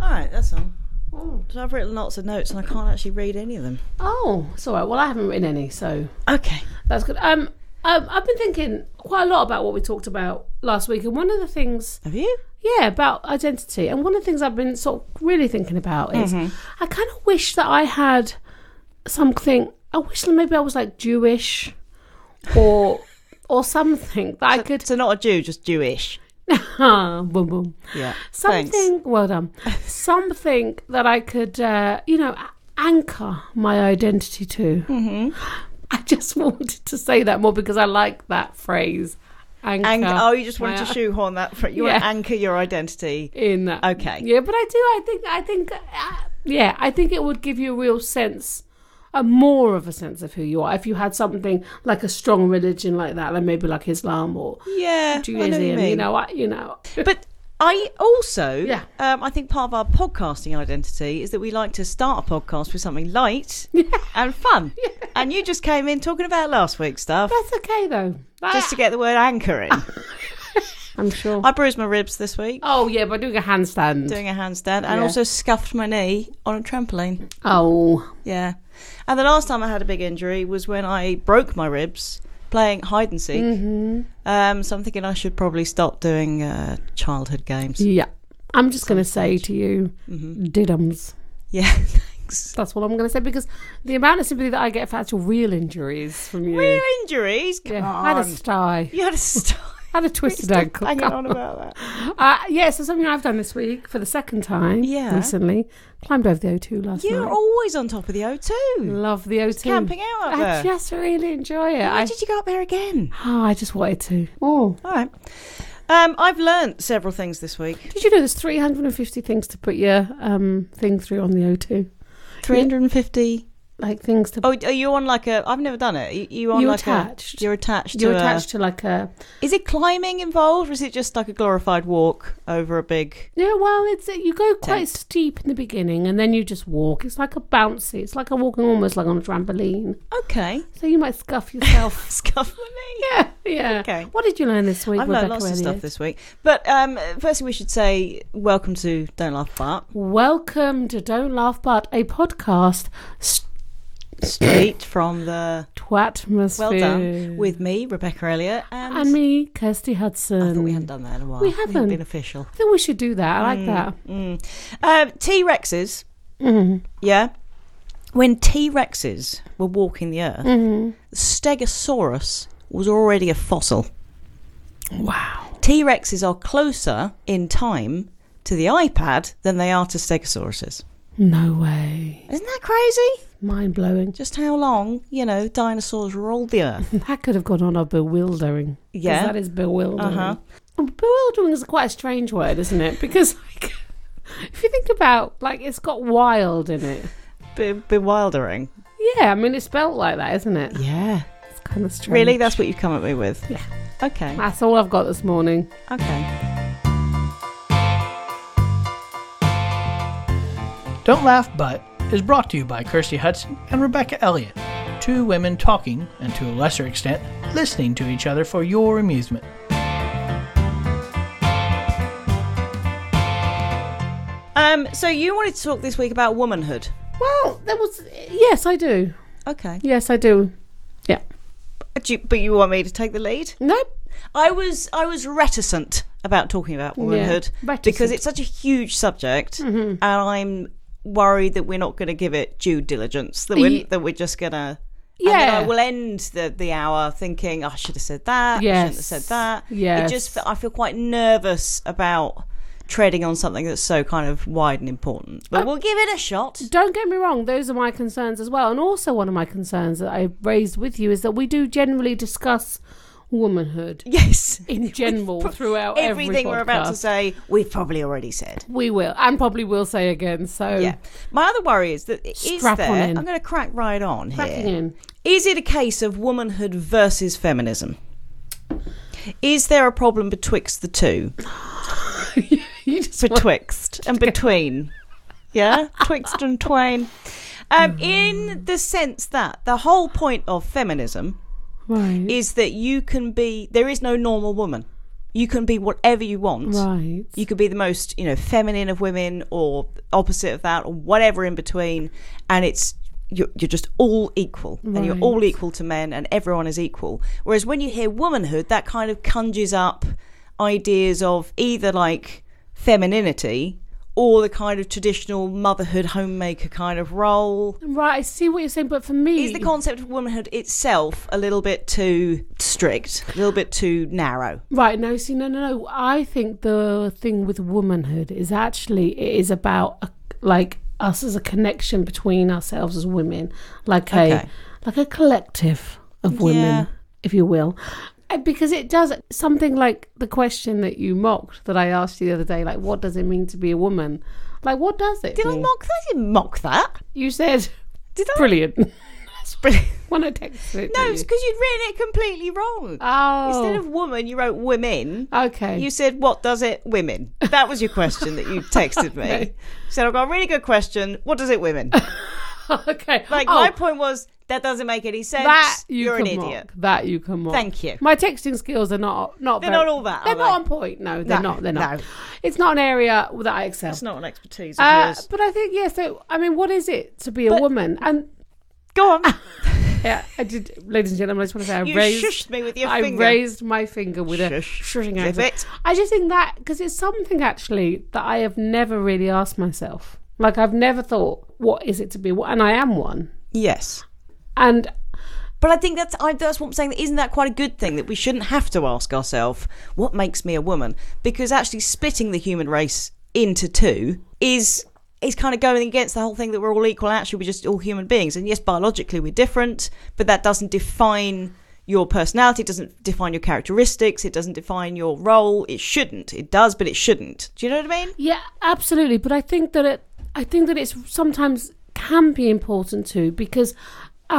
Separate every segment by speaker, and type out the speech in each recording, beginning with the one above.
Speaker 1: it. That's all.
Speaker 2: Oh.
Speaker 1: So I've written lots of notes and I can't actually read any of them.
Speaker 2: oh, it's all right. Well, I haven't written any, so
Speaker 1: Okay.
Speaker 2: that's good. Um, um, I've been thinking quite a lot about what we talked about last week, and one of the things,
Speaker 1: Have you?
Speaker 2: yeah, about identity, and one of the things I've been sort of really thinking about is I kind of wish that I had something. I wish that maybe I was like Jewish, or or something that I could. Ah,
Speaker 1: So not a Jew, just Jewish.
Speaker 2: boom, boom.
Speaker 1: Yeah.
Speaker 2: something well done something that i could uh, you know anchor my identity to mm-hmm. i just wanted to say that more because i like that phrase anchor
Speaker 1: Ang- oh, you just
Speaker 2: my-
Speaker 1: wanted to shoehorn that. For, you want to
Speaker 2: Yeah.
Speaker 1: anchor your identity.
Speaker 2: in that
Speaker 1: Okay.
Speaker 2: yeah but i do i think i think uh, yeah i think it would give you a real sense a more of a sense of who you are if you had something like a strong religion like that like maybe like islam or
Speaker 1: Yeah. I know
Speaker 2: judaism
Speaker 1: what you mean.
Speaker 2: you know I, you know
Speaker 1: But I also,
Speaker 2: Yeah.
Speaker 1: um, I think part of our podcasting identity is that we like to start a podcast with something light and fun. And you just came in talking about last week's stuff
Speaker 2: that's okay though
Speaker 1: just to get the word anchor in.
Speaker 2: i'm sure
Speaker 1: I bruised my ribs this week
Speaker 2: oh yeah by doing a handstand
Speaker 1: doing a handstand and
Speaker 2: Yeah.
Speaker 1: also scuffed my knee on a trampoline.
Speaker 2: oh
Speaker 1: Yeah. And the last time I had a big injury was when I broke my ribs playing hide and seek.
Speaker 2: Mm-hmm.
Speaker 1: Um, so I'm thinking I should probably stop doing uh, childhood games.
Speaker 2: Yeah. I'm just going to say to you,
Speaker 1: Mm-hmm.
Speaker 2: diddums.
Speaker 1: Yeah, thanks.
Speaker 2: That's what I'm going to say because the amount of sympathy that I get for actual real injuries from you.
Speaker 1: Real injuries? Come
Speaker 2: Yeah.
Speaker 1: on.
Speaker 2: I had a sty.
Speaker 1: You had a stop.
Speaker 2: I had a twisted ankle.
Speaker 1: Hanging on about that.
Speaker 2: Uh, yeah, so something I've done this week for the second time
Speaker 1: Yeah.
Speaker 2: recently. Climbed over the O2 last
Speaker 1: You're
Speaker 2: night.
Speaker 1: always on top of the O2.
Speaker 2: Love the O2.
Speaker 1: Camping out up
Speaker 2: Mm. I
Speaker 1: there.
Speaker 2: just really enjoy it.
Speaker 1: Why
Speaker 2: I,
Speaker 1: did you go up there again?
Speaker 2: oh, I just wanted to. Oh.
Speaker 1: All right. Um, I've learnt several things this week.
Speaker 2: Did you know there's 350 things to put your um, thing through on the O2?
Speaker 1: 350.
Speaker 2: Like things to.
Speaker 1: Oh, are you on like a? I've never done it. You, you on
Speaker 2: You're
Speaker 1: like
Speaker 2: attached.
Speaker 1: a? You're attached.
Speaker 2: you're
Speaker 1: to
Speaker 2: attached to like a
Speaker 1: A, is it climbing involved, or is it just like a glorified walk over a big?
Speaker 2: Yeah, well, it's you go quite
Speaker 1: Tent.
Speaker 2: steep in the beginning, and then you just walk. It's like a bouncy. It's like a walking almost like on a trampoline.
Speaker 1: Okay.
Speaker 2: So you might scuff yourself.
Speaker 1: Scuff my knee.
Speaker 2: yeah, yeah.
Speaker 1: Okay.
Speaker 2: What did you learn this week,
Speaker 1: I've
Speaker 2: Rebecca?
Speaker 1: learned lots of
Speaker 2: Elliott?
Speaker 1: stuff this week. But um, firstly, we should say welcome to Don't Laugh But
Speaker 2: Welcome to Don't Laugh But, a podcast
Speaker 1: straight from the
Speaker 2: twatmosphere.
Speaker 1: Well done. With me, Rebecca Elliott, and,
Speaker 2: and me, Kirsty
Speaker 1: I thought
Speaker 2: Hudson.
Speaker 1: we hadn't done that in a while.
Speaker 2: We
Speaker 1: haven't.
Speaker 2: haven't.
Speaker 1: been official.
Speaker 2: I think we should do that. I like that.
Speaker 1: Mm. Um, T Rexes, Mm.
Speaker 2: Mhm.
Speaker 1: yeah. When T Rexes were walking the earth, Stegosaurus was already a fossil.
Speaker 2: Mm-hmm. Wow.
Speaker 1: T Rexes are closer in time to the iPad than they are to Stegosauruses.
Speaker 2: No way.
Speaker 1: Isn't that crazy?
Speaker 2: Mind blowing.
Speaker 1: Just how long, you know, dinosaurs ruled the earth.
Speaker 2: That could have gone on a bewildering. 'cause
Speaker 1: Yeah.
Speaker 2: That is bewildering.
Speaker 1: Uh-huh.
Speaker 2: Bewildering is quite a strange word, isn't it? Because like, if you think about like it's got wild in it.
Speaker 1: Be- bewildering.
Speaker 2: Yeah, I mean it's spelt like that, isn't it?
Speaker 1: Yeah.
Speaker 2: It's kind of strange.
Speaker 1: Really? That's what you've come at me with?
Speaker 2: Yeah.
Speaker 1: Okay.
Speaker 2: That's all I've got this morning.
Speaker 1: Okay.
Speaker 3: Don't Laugh But is brought to you by Kirsty Hudson and Rebecca Elliott, two women talking, and to a lesser extent, listening to each other for your amusement.
Speaker 1: Um, so you wanted to talk this week about womanhood.
Speaker 2: Well, there was yes, I do.
Speaker 1: Okay.
Speaker 2: Yes, I do. Yeah.
Speaker 1: Do you, but you want me to take the lead?
Speaker 2: Nope.
Speaker 1: I was I was reticent about talking about womanhood
Speaker 2: reticent. Mm-hmm.
Speaker 1: because it's such a huge subject, and I'm worried that we're not going to give it due diligence. That we're
Speaker 2: Ye-
Speaker 1: that we're just gonna. And then
Speaker 2: Yeah.
Speaker 1: I will end the, the hour thinking "Oh, I should have said that. I shouldn't have
Speaker 2: Yes.
Speaker 1: said that.
Speaker 2: Yes.
Speaker 1: It just fe- I feel quite nervous about treading on something that's so kind of wide and important.
Speaker 2: Oh.
Speaker 1: But we'll give it a shot.
Speaker 2: Don't get me wrong, those are my concerns as well. And also, one of my concerns that I raised with you is that we do generally discuss womanhood
Speaker 1: Yes.
Speaker 2: in general throughout every
Speaker 1: everything we're about to
Speaker 2: podcast.
Speaker 1: say, we've probably already said.
Speaker 2: We will, and probably will say again. So,
Speaker 1: Yeah. My other worry is that is
Speaker 2: Strap on
Speaker 1: there?
Speaker 2: in.
Speaker 1: I'm going to crack right on
Speaker 2: cracking
Speaker 1: here.
Speaker 2: in.
Speaker 1: Is it a case of womanhood versus feminism? Is there a problem betwixt the two?
Speaker 2: you just want-
Speaker 1: Betwixt and between. Yeah? Twixt and twain.
Speaker 2: Hmm.
Speaker 1: Um, in the sense that the whole point of feminism
Speaker 2: right.
Speaker 1: is that you can be, there is no normal woman. you can be whatever you want.
Speaker 2: Right.
Speaker 1: You could be the most, you know, feminine of women or opposite of that or whatever in between. And it's, you're, you're just all equal and you're all equal to men and everyone is equal. Whereas when you hear womanhood, that kind of conjures up ideas of either like femininity or the kind of traditional motherhood homemaker kind of role
Speaker 2: Right, I see what you're saying, but for me,
Speaker 1: is the concept of womanhood itself a little bit too strict, a little bit too narrow?
Speaker 2: Right, no, see, no, no, no. I think the thing with womanhood is actually it is about a, like us as a connection between ourselves as women, like
Speaker 1: Okay.
Speaker 2: a like a collective of women,
Speaker 1: Yeah.
Speaker 2: if you will, Uh, because it does something like the question that you mocked that I asked you the other day, like what does it mean to be a woman? Like what does it?
Speaker 1: Did I
Speaker 2: mean?
Speaker 1: mock that? I didn't mock that.
Speaker 2: You said
Speaker 1: Mm. Did I?
Speaker 2: brilliant
Speaker 1: Brilliant.
Speaker 2: when I texted it.
Speaker 1: No,
Speaker 2: to
Speaker 1: it's
Speaker 2: you.
Speaker 1: because you'd written it completely wrong.
Speaker 2: oh,
Speaker 1: Instead of woman, you wrote women.
Speaker 2: okay,
Speaker 1: You said, what does it women? That was your question that you texted me.
Speaker 2: Okay.
Speaker 1: You said, I've got a really good question. What does it women?
Speaker 2: okay,
Speaker 1: Like,
Speaker 2: Oh,
Speaker 1: my point was, that doesn't make any sense.
Speaker 2: that you
Speaker 1: are
Speaker 2: can
Speaker 1: an
Speaker 2: mock.
Speaker 1: idiot.
Speaker 2: That you can mock.
Speaker 1: Thank you.
Speaker 2: My texting skills are not not.
Speaker 1: They're
Speaker 2: very-
Speaker 1: not all that,
Speaker 2: They're
Speaker 1: are
Speaker 2: not
Speaker 1: they?
Speaker 2: on point. No, they're
Speaker 1: No,
Speaker 2: not. They're
Speaker 1: no.
Speaker 2: not. It's not an area that I excel.
Speaker 1: It's not an expertise of
Speaker 2: Uh,
Speaker 1: yours.
Speaker 2: but I think yeah. So I mean, what is it to be a woman? And
Speaker 1: Go on.
Speaker 2: yeah, I did, ladies and gentlemen. I just want to say I
Speaker 1: you
Speaker 2: raised.
Speaker 1: shushed me with your
Speaker 2: I
Speaker 1: finger.
Speaker 2: raised my finger with
Speaker 1: Shush.
Speaker 2: a shushing
Speaker 1: Zip
Speaker 2: accent.
Speaker 1: it.
Speaker 2: I just think that because it's something actually that I have never really asked myself. Like I've never thought, what is it to be? a wo- And I am one.
Speaker 1: Yes.
Speaker 2: And
Speaker 1: But I think that's I, that's what I'm saying. Isn't that quite a good thing that we shouldn't have to ask ourselves what makes me a woman? Because actually splitting the human race into two is is kind of going against the whole thing that we're all equal. Actually, we're just all human beings, and yes, biologically we're different, but that doesn't define your personality. It doesn't define your characteristics. It doesn't define your role. It shouldn't. It does, but it shouldn't. Do you know what I mean?
Speaker 2: Yeah, absolutely. But I think that it, I think that it's sometimes can be important too because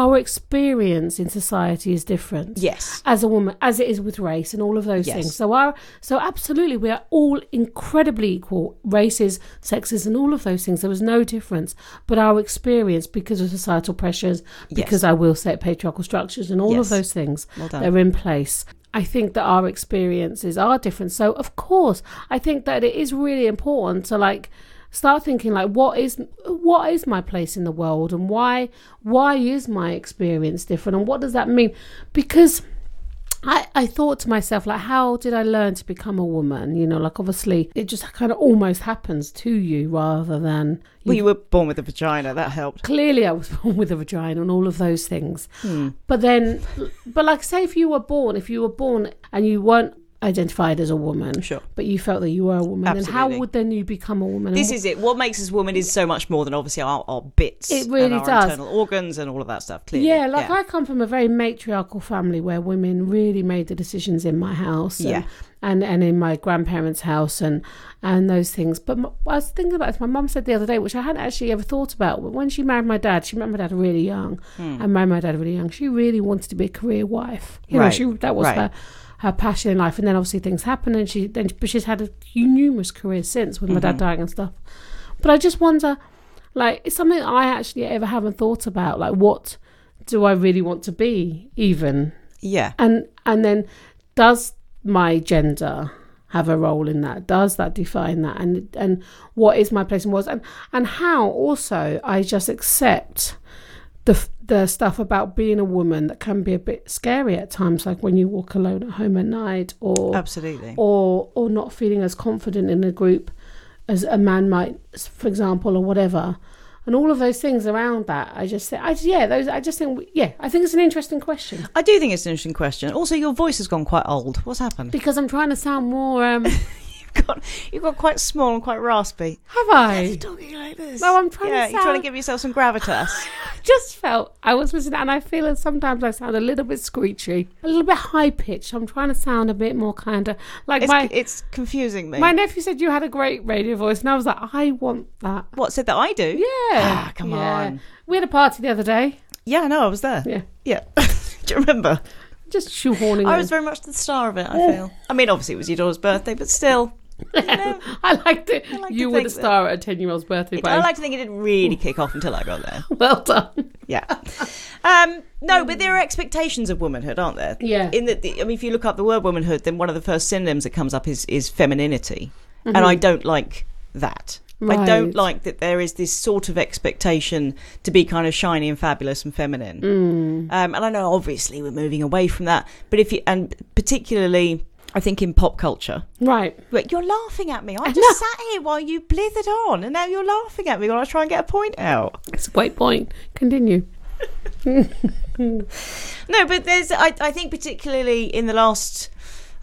Speaker 2: our experience in society is different.
Speaker 1: Yes.
Speaker 2: As a woman, as it is with race and all of those
Speaker 1: Yes.
Speaker 2: things. So our, so absolutely, we are all incredibly equal. Races, sexes, and all of those things. There was no difference, but our experience because of societal pressures, because I will say it, patriarchal structures, and all
Speaker 1: Yes.
Speaker 2: of those things
Speaker 1: Well done.
Speaker 2: that are in place. I think that our experiences are different. So of course, I think that it is really important to like start thinking like what is what is my place in the world and why why is my experience different and what does that mean? Because I, I thought to myself, like, how did I learn to become a woman? You know, like, obviously, it just kind of almost happens to you rather than you
Speaker 1: Well, you were born with a vagina. That helped.
Speaker 2: clearly I was born with a vagina and all of those things.
Speaker 1: Hmm.
Speaker 2: But then, but like, say if you were born, if you were born and you weren't identified as a woman,
Speaker 1: Sure.
Speaker 2: but you felt that you were a woman, then how
Speaker 1: Absolutely.
Speaker 2: would then you become a woman?
Speaker 1: This is it. What makes us woman is so much more than obviously our, our bits.
Speaker 2: It really
Speaker 1: and our
Speaker 2: does.
Speaker 1: Internal organs and all of that stuff. Clearly.
Speaker 2: Yeah, like I come from a very matriarchal family where women really made the decisions in my house, and,
Speaker 1: Yeah.
Speaker 2: and and in my grandparents' house, and and those things. But m I I was thinking about this. My mum said the other day, which I hadn't actually ever thought about. But when she married my dad, she married my dad really young,
Speaker 1: Hmm.
Speaker 2: and married my dad really young. She really wanted to be a career wife. You know,
Speaker 1: Right,
Speaker 2: she that was
Speaker 1: right.
Speaker 2: her her passion in life. And then obviously things happened, and she then but she's had a few numerous careers since with my
Speaker 1: Mm-hmm.
Speaker 2: dad dying and stuff. But I just wonder, like, it's something I actually ever haven't thought about. Like, what do I really want to be, even?
Speaker 1: yeah.
Speaker 2: And and then, does my gender have a role in that? Does that define that? And and what is my place and was and and how also I just accept the f- the stuff about being a woman that can be a bit scary at times, like when you walk alone at home at night or
Speaker 1: Absolutely.
Speaker 2: or or not feeling as confident in a group as a man might, s- for example, or whatever, and all of those things around that. I just think, I just, yeah, those. I just think, we- yeah, I think it's an interesting question
Speaker 1: I do think it's an interesting question. Also, your voice has gone quite old. What's happened?
Speaker 2: because I'm trying to sound more. Um, have
Speaker 1: You've got, you've got quite small and quite raspy.
Speaker 2: I?
Speaker 1: Talking like this.
Speaker 2: No, I'm trying
Speaker 1: yeah,
Speaker 2: to
Speaker 1: you're trying
Speaker 2: sound.
Speaker 1: to give yourself some gravitas.
Speaker 2: I just felt I was listening, and I feel that sometimes I sound a little bit screechy, a little bit high pitched. I'm trying to sound a bit more kind of like
Speaker 1: it's,
Speaker 2: my
Speaker 1: it's confusing me.
Speaker 2: my nephew said you had a great radio voice, and I was like, I want that.
Speaker 1: what said that I do?
Speaker 2: Yeah.
Speaker 1: Ah, come
Speaker 2: Yeah.
Speaker 1: on.
Speaker 2: We had a party the other day.
Speaker 1: Yeah, I know. I was there.
Speaker 2: Yeah.
Speaker 1: Yeah. do you remember?
Speaker 2: Just shoehorning.
Speaker 1: I
Speaker 2: it.
Speaker 1: was very much the star of it. I feel. I mean, obviously it was your daughter's birthday, but still, you know,
Speaker 2: I liked it.
Speaker 1: like to
Speaker 2: you were the
Speaker 1: think that-
Speaker 2: star at a 10 year old's birthday
Speaker 1: it, I
Speaker 2: party.
Speaker 1: like to think it didn't really kick off until I got there.
Speaker 2: well done.
Speaker 1: Yeah. Um, no, but there are expectations of womanhood, aren't there?
Speaker 2: Yeah.
Speaker 1: In that, the, I mean, if you look up the word womanhood, then one of the first synonyms that comes up is is femininity, and I don't like that. I don't
Speaker 2: Mm-hmm. Right.
Speaker 1: like that there is this sort of expectation to be kind of shiny and fabulous and feminine.
Speaker 2: Mm.
Speaker 1: Um, and I know obviously we're moving away from that, but if you and particularly, I think in pop culture,
Speaker 2: Right.
Speaker 1: Wait, you're laughing at me. I just sat here while you blithered on, and now you're laughing at me while I try and get a point out.
Speaker 2: It's a great point. Continue.
Speaker 1: No, but there's, I, I think, particularly in the last,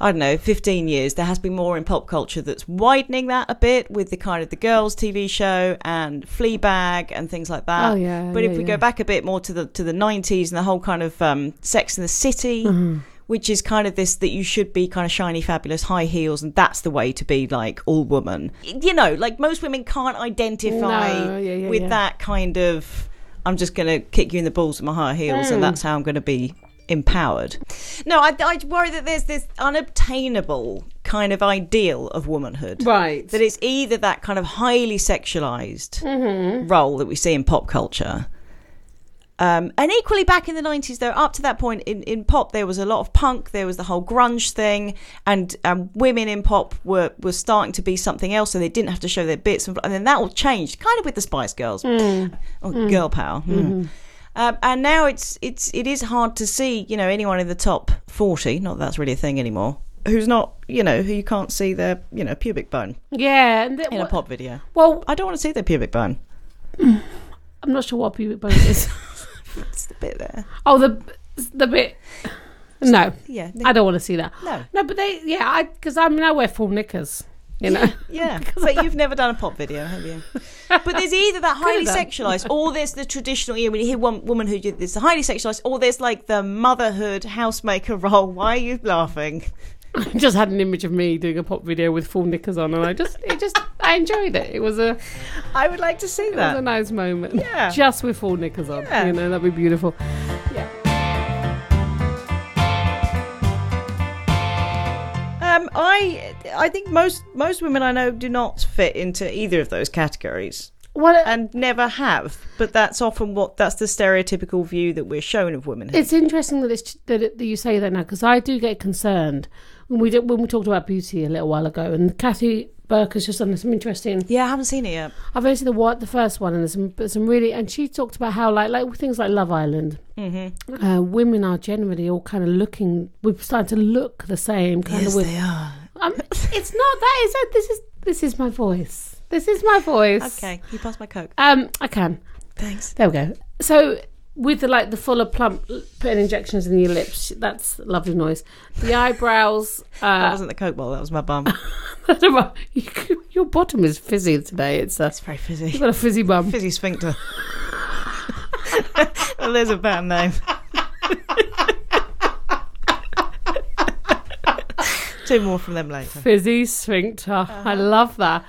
Speaker 1: I don't know, 15 years, there has been more in pop culture that's widening that a bit with the kind of the girls' TV show and Fleabag and things like that.
Speaker 2: Oh, yeah,
Speaker 1: But if
Speaker 2: yeah,
Speaker 1: we
Speaker 2: yeah.
Speaker 1: go back a bit more to the to the 90s and the whole kind of um, Sex in the City.
Speaker 2: Mm-hmm.
Speaker 1: Which is kind of this that you should be kind of shiny, fabulous, high heels, and that's the way to be like all woman. You know, like most women can't identify
Speaker 2: No, yeah, yeah,
Speaker 1: with
Speaker 2: yeah.
Speaker 1: that that kind of I'm just going to kick you in the balls with my high heels,
Speaker 2: Hmm.
Speaker 1: and that's how I'm going to be empowered. No, I, I worry that there's this unobtainable kind of ideal of womanhood.
Speaker 2: Right.
Speaker 1: That it's either that kind of highly sexualized role that we see in pop culture. Um, and equally back in the 90s, though, up to that point in, in pop, there was a lot of punk, there was the whole grunge thing, and um, women in pop were, were starting to be something else, so they didn't have to show their bits. And, and then that all changed, kind of with the Spice Girls. Oh, girl power. Mm. Um, and now it's it's it is hard to see you know anyone in the top forty not that that's really a thing anymore who's not you know who you can't see their you know pubic bone
Speaker 2: Yeah. And that,
Speaker 1: in a pop video.
Speaker 2: Well,
Speaker 1: I don't want to see their pubic bone.
Speaker 2: I'm not sure what pubic bone is.
Speaker 1: It's the bit there.
Speaker 2: oh, the the bit. No,
Speaker 1: Yeah.
Speaker 2: I don't want to see that.
Speaker 1: No.
Speaker 2: No, but they, yeah, I because I mean I wear full knickers, you know.
Speaker 1: Yeah, but you've never done a pop video, have you? But there's either that highly
Speaker 2: done.
Speaker 1: sexualized, or there's the traditional. You know, when you hear one woman who did this, the highly sexualized, or there's like the motherhood housemaker role. Why are you laughing?
Speaker 2: just had an image of me doing a pop video with full knickers on, and I just, it just, I enjoyed it. It was a,
Speaker 1: I would like to see
Speaker 2: it was a
Speaker 1: that.
Speaker 2: nice moment.
Speaker 1: Yeah.
Speaker 2: Just with full knickers on,
Speaker 1: Yeah.
Speaker 2: you know, that'd be beautiful.
Speaker 1: Um, I I think most most women I know do not fit into either of those categories.
Speaker 2: Well,
Speaker 1: and never have. But that's often what that's the stereotypical view that we're shown of women.
Speaker 2: it's interesting that it's that, it, that you say that now because I do get concerned when we did, when we talked about beauty a little while ago, and Kathy Burke has just done some interesting
Speaker 1: yeah, I haven't seen it yet.
Speaker 2: I've only seen the what the first one, and there's some there's some really. And she talked about how like like things like Love Island, mm-hmm. uh, women are generally all kind of looking. We're starting to look the same kind of. With,
Speaker 1: are.
Speaker 2: um, it's not that. It's that this is this is my voice. This is my voice.
Speaker 1: Okay, you passed my coke.
Speaker 2: Um, I can.
Speaker 1: Thanks.
Speaker 2: There we go. So with the like the fuller plump, putting injections in your lips. That's lovely noise. The eyebrows.
Speaker 1: That
Speaker 2: Uh,
Speaker 1: wasn't the coke bowl. That was my bum.
Speaker 2: you- your bottom is fizzy today. It's a,
Speaker 1: It's very
Speaker 2: you've
Speaker 1: fizzy.
Speaker 2: got a fizzy bum.
Speaker 1: Fizzy sphincter. well, there's a band name. Two more from them later.
Speaker 2: fizzy sphincter. I
Speaker 1: Uh-huh.
Speaker 2: love that.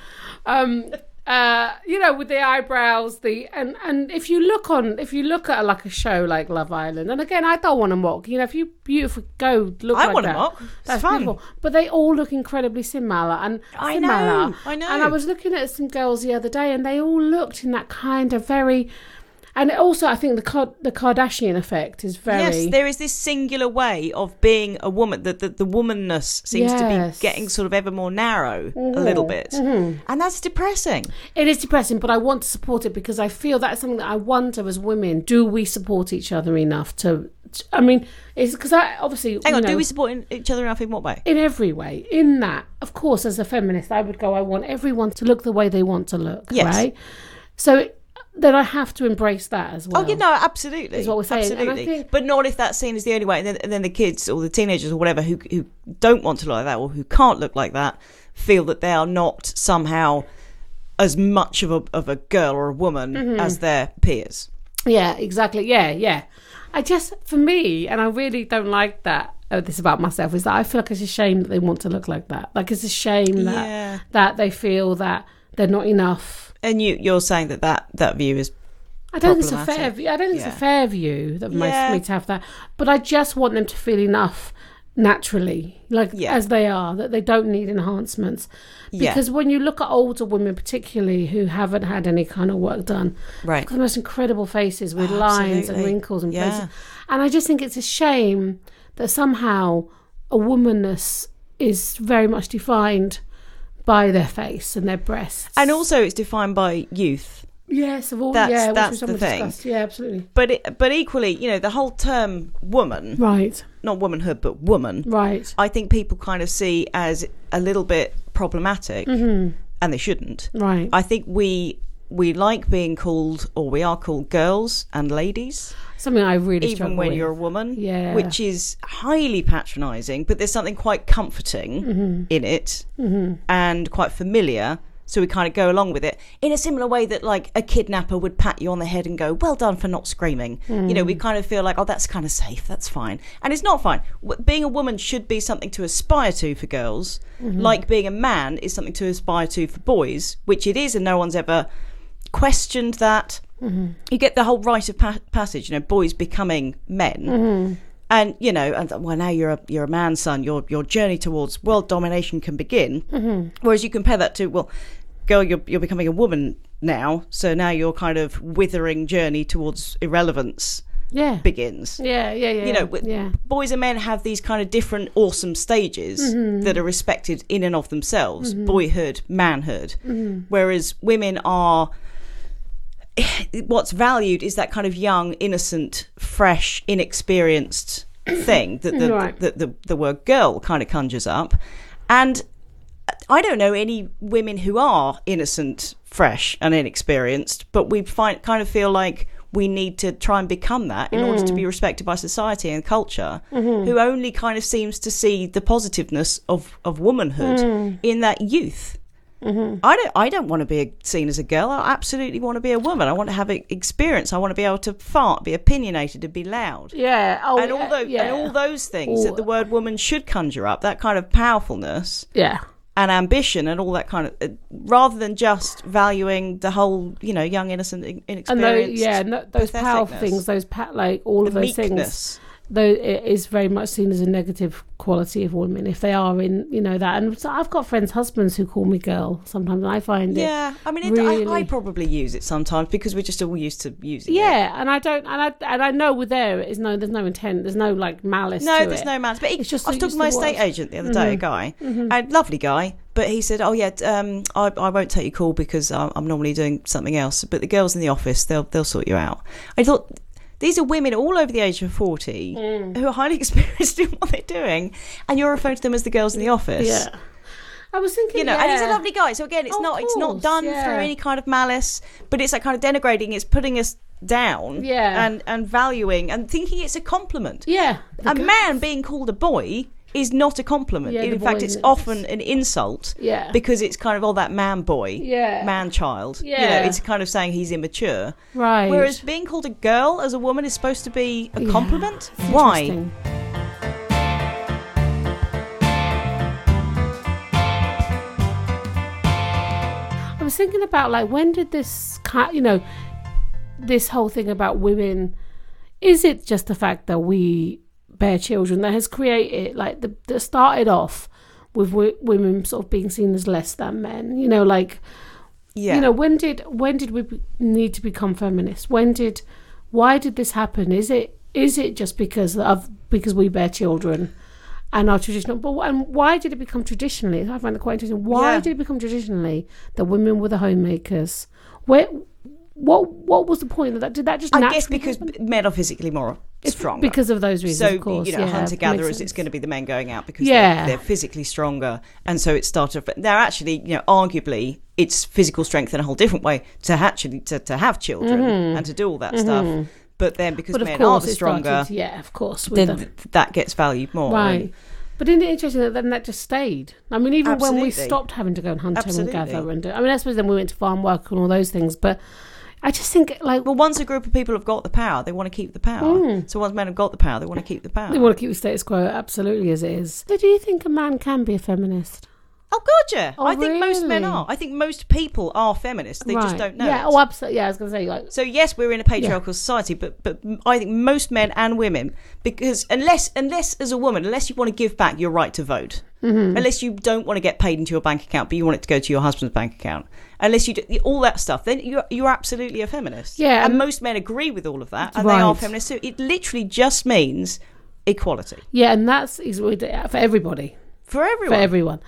Speaker 2: Um, uh, you know, with the eyebrows, the and and if you look on, if you look at like a show like Love Island, and again, I don't want to mock. You know, if you beautiful go look,
Speaker 1: I
Speaker 2: like
Speaker 1: want to
Speaker 2: that,
Speaker 1: mock. It's
Speaker 2: That's
Speaker 1: fun.
Speaker 2: beautiful. But they all look incredibly similar, and
Speaker 1: I know,
Speaker 2: similar.
Speaker 1: I know.
Speaker 2: And I was looking at some girls the other day, and they all looked in that kind of very. And also, I think the Kar- the Kardashian effect is very
Speaker 1: Yes, there is this singular way of being a woman that the, the womanness seems to
Speaker 2: Yes. Mm-hmm.
Speaker 1: be getting sort of ever more narrow a little bit, and that's depressing.
Speaker 2: It is depressing, but I want to support it because I feel that's something that I wonder as women: do we support each other enough to? to- I mean, it's because I obviously
Speaker 1: Hang
Speaker 2: you
Speaker 1: on,
Speaker 2: know,
Speaker 1: do we support in- each other enough in what way?
Speaker 2: in every way. In that, of course, as a feminist, I would go. I want everyone to look the way they want to look,
Speaker 1: Yes.
Speaker 2: right? So then I have to embrace that as well.
Speaker 1: Oh, you know, absolutely.
Speaker 2: is what we're saying, and I
Speaker 1: Absolutely.
Speaker 2: think-
Speaker 1: but not if that scene is the only way. And then, and then the kids or the teenagers or whatever who, who don't want to look like that or who can't look like that feel that they are not somehow as much of a, of a girl or a woman
Speaker 2: Mm-hmm.
Speaker 1: as their peers.
Speaker 2: Yeah, exactly. Yeah, yeah. I just, for me, and I really don't like that. Oh, this about myself is that I feel like it's a shame that they want to look like that. Like it's a shame that
Speaker 1: Yeah.
Speaker 2: that they feel that they're not enough.
Speaker 1: And you, you're saying that, that that view is.
Speaker 2: I don't think it's a fair
Speaker 1: problematic.
Speaker 2: view. I don't think it's
Speaker 1: Yeah.
Speaker 2: a fair view that most
Speaker 1: Yeah.
Speaker 2: me to have that. But I just want them to feel enough naturally, like
Speaker 1: Yeah.
Speaker 2: as they are, that they don't need enhancements.
Speaker 1: Yeah.
Speaker 2: Because when you look at older women, particularly who haven't had any kind of work done,
Speaker 1: Right.
Speaker 2: they've got the most incredible faces with lines and
Speaker 1: absolutely.
Speaker 2: wrinkles and
Speaker 1: Yeah.
Speaker 2: places. And I just think it's a shame that somehow a womanness is very much defined by their face and their breasts.
Speaker 1: And also, it's defined by youth.
Speaker 2: yes, of all
Speaker 1: That's-
Speaker 2: yeah, which
Speaker 1: that's
Speaker 2: was
Speaker 1: the
Speaker 2: something
Speaker 1: thing.
Speaker 2: discussed. Yeah, absolutely.
Speaker 1: But it, but equally, you know, the whole term woman,
Speaker 2: Right,
Speaker 1: not womanhood, but woman,
Speaker 2: right.
Speaker 1: I think people kind of see as a little bit problematic,
Speaker 2: Mm-hmm.
Speaker 1: and they shouldn't.
Speaker 2: Right.
Speaker 1: Hmm. I think we we like being called, or we are called, girls and ladies,
Speaker 2: Something I really
Speaker 1: even
Speaker 2: struggle
Speaker 1: when
Speaker 2: with.
Speaker 1: you're a woman,
Speaker 2: Yeah.
Speaker 1: which is highly patronising. But there's something quite comforting
Speaker 2: Mm-hmm.
Speaker 1: in it, and quite familiar. So we kind of go along with it in a similar way that, like, a kidnapper would pat you on the head and go, "Well done for not screaming." You know, we
Speaker 2: Mm.
Speaker 1: kind of feel like, "Oh, that's kind of safe. That's fine," and it's not fine. W- Being a woman should be something to aspire to for girls,
Speaker 2: Mm-hmm.
Speaker 1: like being a man is something to aspire to for boys, which it is, and no one's ever questioned that. You get the whole rite of pa- passage, you know, boys becoming men, and you know, and well, now you're a you're a man's son. Your your journey towards world domination can begin. Whereas you compare that to well, girl, you're you're becoming a woman now, so now your kind of withering journey towards irrelevance
Speaker 2: yeah.
Speaker 1: begins.
Speaker 2: yeah, yeah, yeah.
Speaker 1: You know, with-
Speaker 2: yeah.
Speaker 1: boys and men have these kind of different awesome stages that are respected in and of themselves boyhood, manhood. Whereas women are. What's valued is that kind of young, innocent, fresh, inexperienced thing that the,
Speaker 2: Right.
Speaker 1: that the, the word girl kind of conjures up. And I don't know any women who are innocent, fresh, and inexperienced, but we find kind of feel like we need to try and become that in order to be respected by society and culture, who only kind of seems to see the positiveness of of womanhood in that youth. I don't. I don't want to be seen as a girl. I absolutely want to be a woman. I want to have e- experience. I want to be able to fart, be opinionated, and be loud
Speaker 2: Yeah. Oh,
Speaker 1: and all
Speaker 2: yeah,
Speaker 1: those
Speaker 2: yeah.
Speaker 1: and all those things
Speaker 2: All-
Speaker 1: that the word woman should conjure up that kind of powerfulness
Speaker 2: Yeah.
Speaker 1: and ambition and all that kind of uh, rather than just valuing the whole you know young innocent in-
Speaker 2: And those,
Speaker 1: inexperienced
Speaker 2: yeah, no, those powerful
Speaker 1: patheticness.
Speaker 2: things, those pa- like all
Speaker 1: the
Speaker 2: of those things,
Speaker 1: meekness
Speaker 2: though it is very much seen as a negative quality of women if they are in, you know, that. And so I've got friends' husbands who call me girl sometimes, and I find it.
Speaker 1: yeah i mean it, I, I
Speaker 2: really-
Speaker 1: probably use it sometimes because we're just all used to using it
Speaker 2: Yeah, and I don't, and I and I know with there is no, there's no intent, there's no like malice.
Speaker 1: no,
Speaker 2: to
Speaker 1: there's
Speaker 2: it.
Speaker 1: no manners. But he,
Speaker 2: It's just
Speaker 1: I was
Speaker 2: the
Speaker 1: talking to
Speaker 2: Mm-hmm.
Speaker 1: my
Speaker 2: use of
Speaker 1: estate
Speaker 2: words.
Speaker 1: agent the other day, a guy, and lovely guy. But he said, "Oh yeah, t- um, I, I won't take your call because I'm, I'm normally doing something else. But the girls in the office, they'll they'll sort you out." I thought these are women all over the age of forty
Speaker 2: Mm.
Speaker 1: who are highly experienced in what they're doing, and you're referring to them as the girls in the office.
Speaker 2: Yeah, I was thinking,
Speaker 1: You know,
Speaker 2: yeah.
Speaker 1: and he's a lovely guy. So again, it's
Speaker 2: Of
Speaker 1: not it's
Speaker 2: course,
Speaker 1: not done
Speaker 2: yeah.
Speaker 1: through any kind of malice, but it's that kind of denigrating. It's putting us down,
Speaker 2: Yeah.
Speaker 1: and and valuing and thinking it's a compliment
Speaker 2: Yeah,
Speaker 1: a man being called a boy is not a compliment.
Speaker 2: Yeah, the
Speaker 1: In fact,
Speaker 2: boy
Speaker 1: it's
Speaker 2: is-
Speaker 1: often an insult
Speaker 2: yeah,
Speaker 1: because it's kind of all that man boy,
Speaker 2: Yeah.
Speaker 1: man child. You
Speaker 2: Yeah.
Speaker 1: know, it's kind of saying he's immature.
Speaker 2: right.
Speaker 1: Whereas being called a girl as a woman is supposed to be a
Speaker 2: Yeah.
Speaker 1: compliment.
Speaker 2: It's
Speaker 1: Why?
Speaker 2: interesting. I was thinking about like when did this ki- you know this whole thing about women is it just the fact that we bear children that has created like the that started off with w- women sort of being seen as less than men you know like
Speaker 1: Yeah.
Speaker 2: you know when did when did we be- need to become feminists when did why did this happen is it is it just because of because we bear children and our traditional but wh- and why did it become traditionally i find it quite interesting why
Speaker 1: Yeah.
Speaker 2: did it become traditionally that women were the homemakers where what what was the point of that did that just
Speaker 1: I guess
Speaker 2: naturally
Speaker 1: because
Speaker 2: happen?
Speaker 1: men are physically more stronger.
Speaker 2: because of those reasons
Speaker 1: so
Speaker 2: of course
Speaker 1: you know,
Speaker 2: yeah,
Speaker 1: hunter gatherers,
Speaker 2: makes
Speaker 1: it's
Speaker 2: sense.
Speaker 1: going to be the men going out because
Speaker 2: Yeah.
Speaker 1: they're, they're physically stronger, and so it started. But now, actually, you know, arguably, it's physical strength in a whole different way to actually to, to have children and to do all that stuff. But then, because
Speaker 2: Mm-hmm. but of
Speaker 1: men are
Speaker 2: course
Speaker 1: the
Speaker 2: it
Speaker 1: stronger,
Speaker 2: started, yeah of course with
Speaker 1: then
Speaker 2: the-
Speaker 1: th- that gets valued more.
Speaker 2: Right. But isn't it interesting that then that just stayed? I mean, even when we
Speaker 1: Absolutely.
Speaker 2: stopped having to go and hunt
Speaker 1: Absolutely.
Speaker 2: and gather and do, I mean, I suppose then we went to farm work and all those things. But I just think like
Speaker 1: Well, once a group of people have got the power, they want to keep the power.
Speaker 2: Mm.
Speaker 1: So once men have got the power, they want to keep the power.
Speaker 2: they want to keep the status quo absolutely as it is. So do you think a man can be a feminist?
Speaker 1: Oh God, yeah.
Speaker 2: Oh,
Speaker 1: I think most men
Speaker 2: really?
Speaker 1: are. I think most people are feminists. They just
Speaker 2: Right.
Speaker 1: don't know.
Speaker 2: Yeah.
Speaker 1: it.
Speaker 2: Oh, absolutely. Yeah, I was gonna say like.
Speaker 1: So yes, we're in a patriarchal society, but but I think most men and women, because unless unless as a woman, unless you want to give back your right to vote,
Speaker 2: Mm-hmm.
Speaker 1: unless you don't want to get paid into your bank account, but you want it to go to your husband's bank account, unless you do all that stuff, then you're you're absolutely a feminist.
Speaker 2: Yeah,
Speaker 1: and
Speaker 2: and-
Speaker 1: most men agree with all of that, and they
Speaker 2: Right.
Speaker 1: are feminists. So it literally just means equality
Speaker 2: Yeah, and that's is what we do- for everybody.
Speaker 1: for everyone.
Speaker 2: for everyone.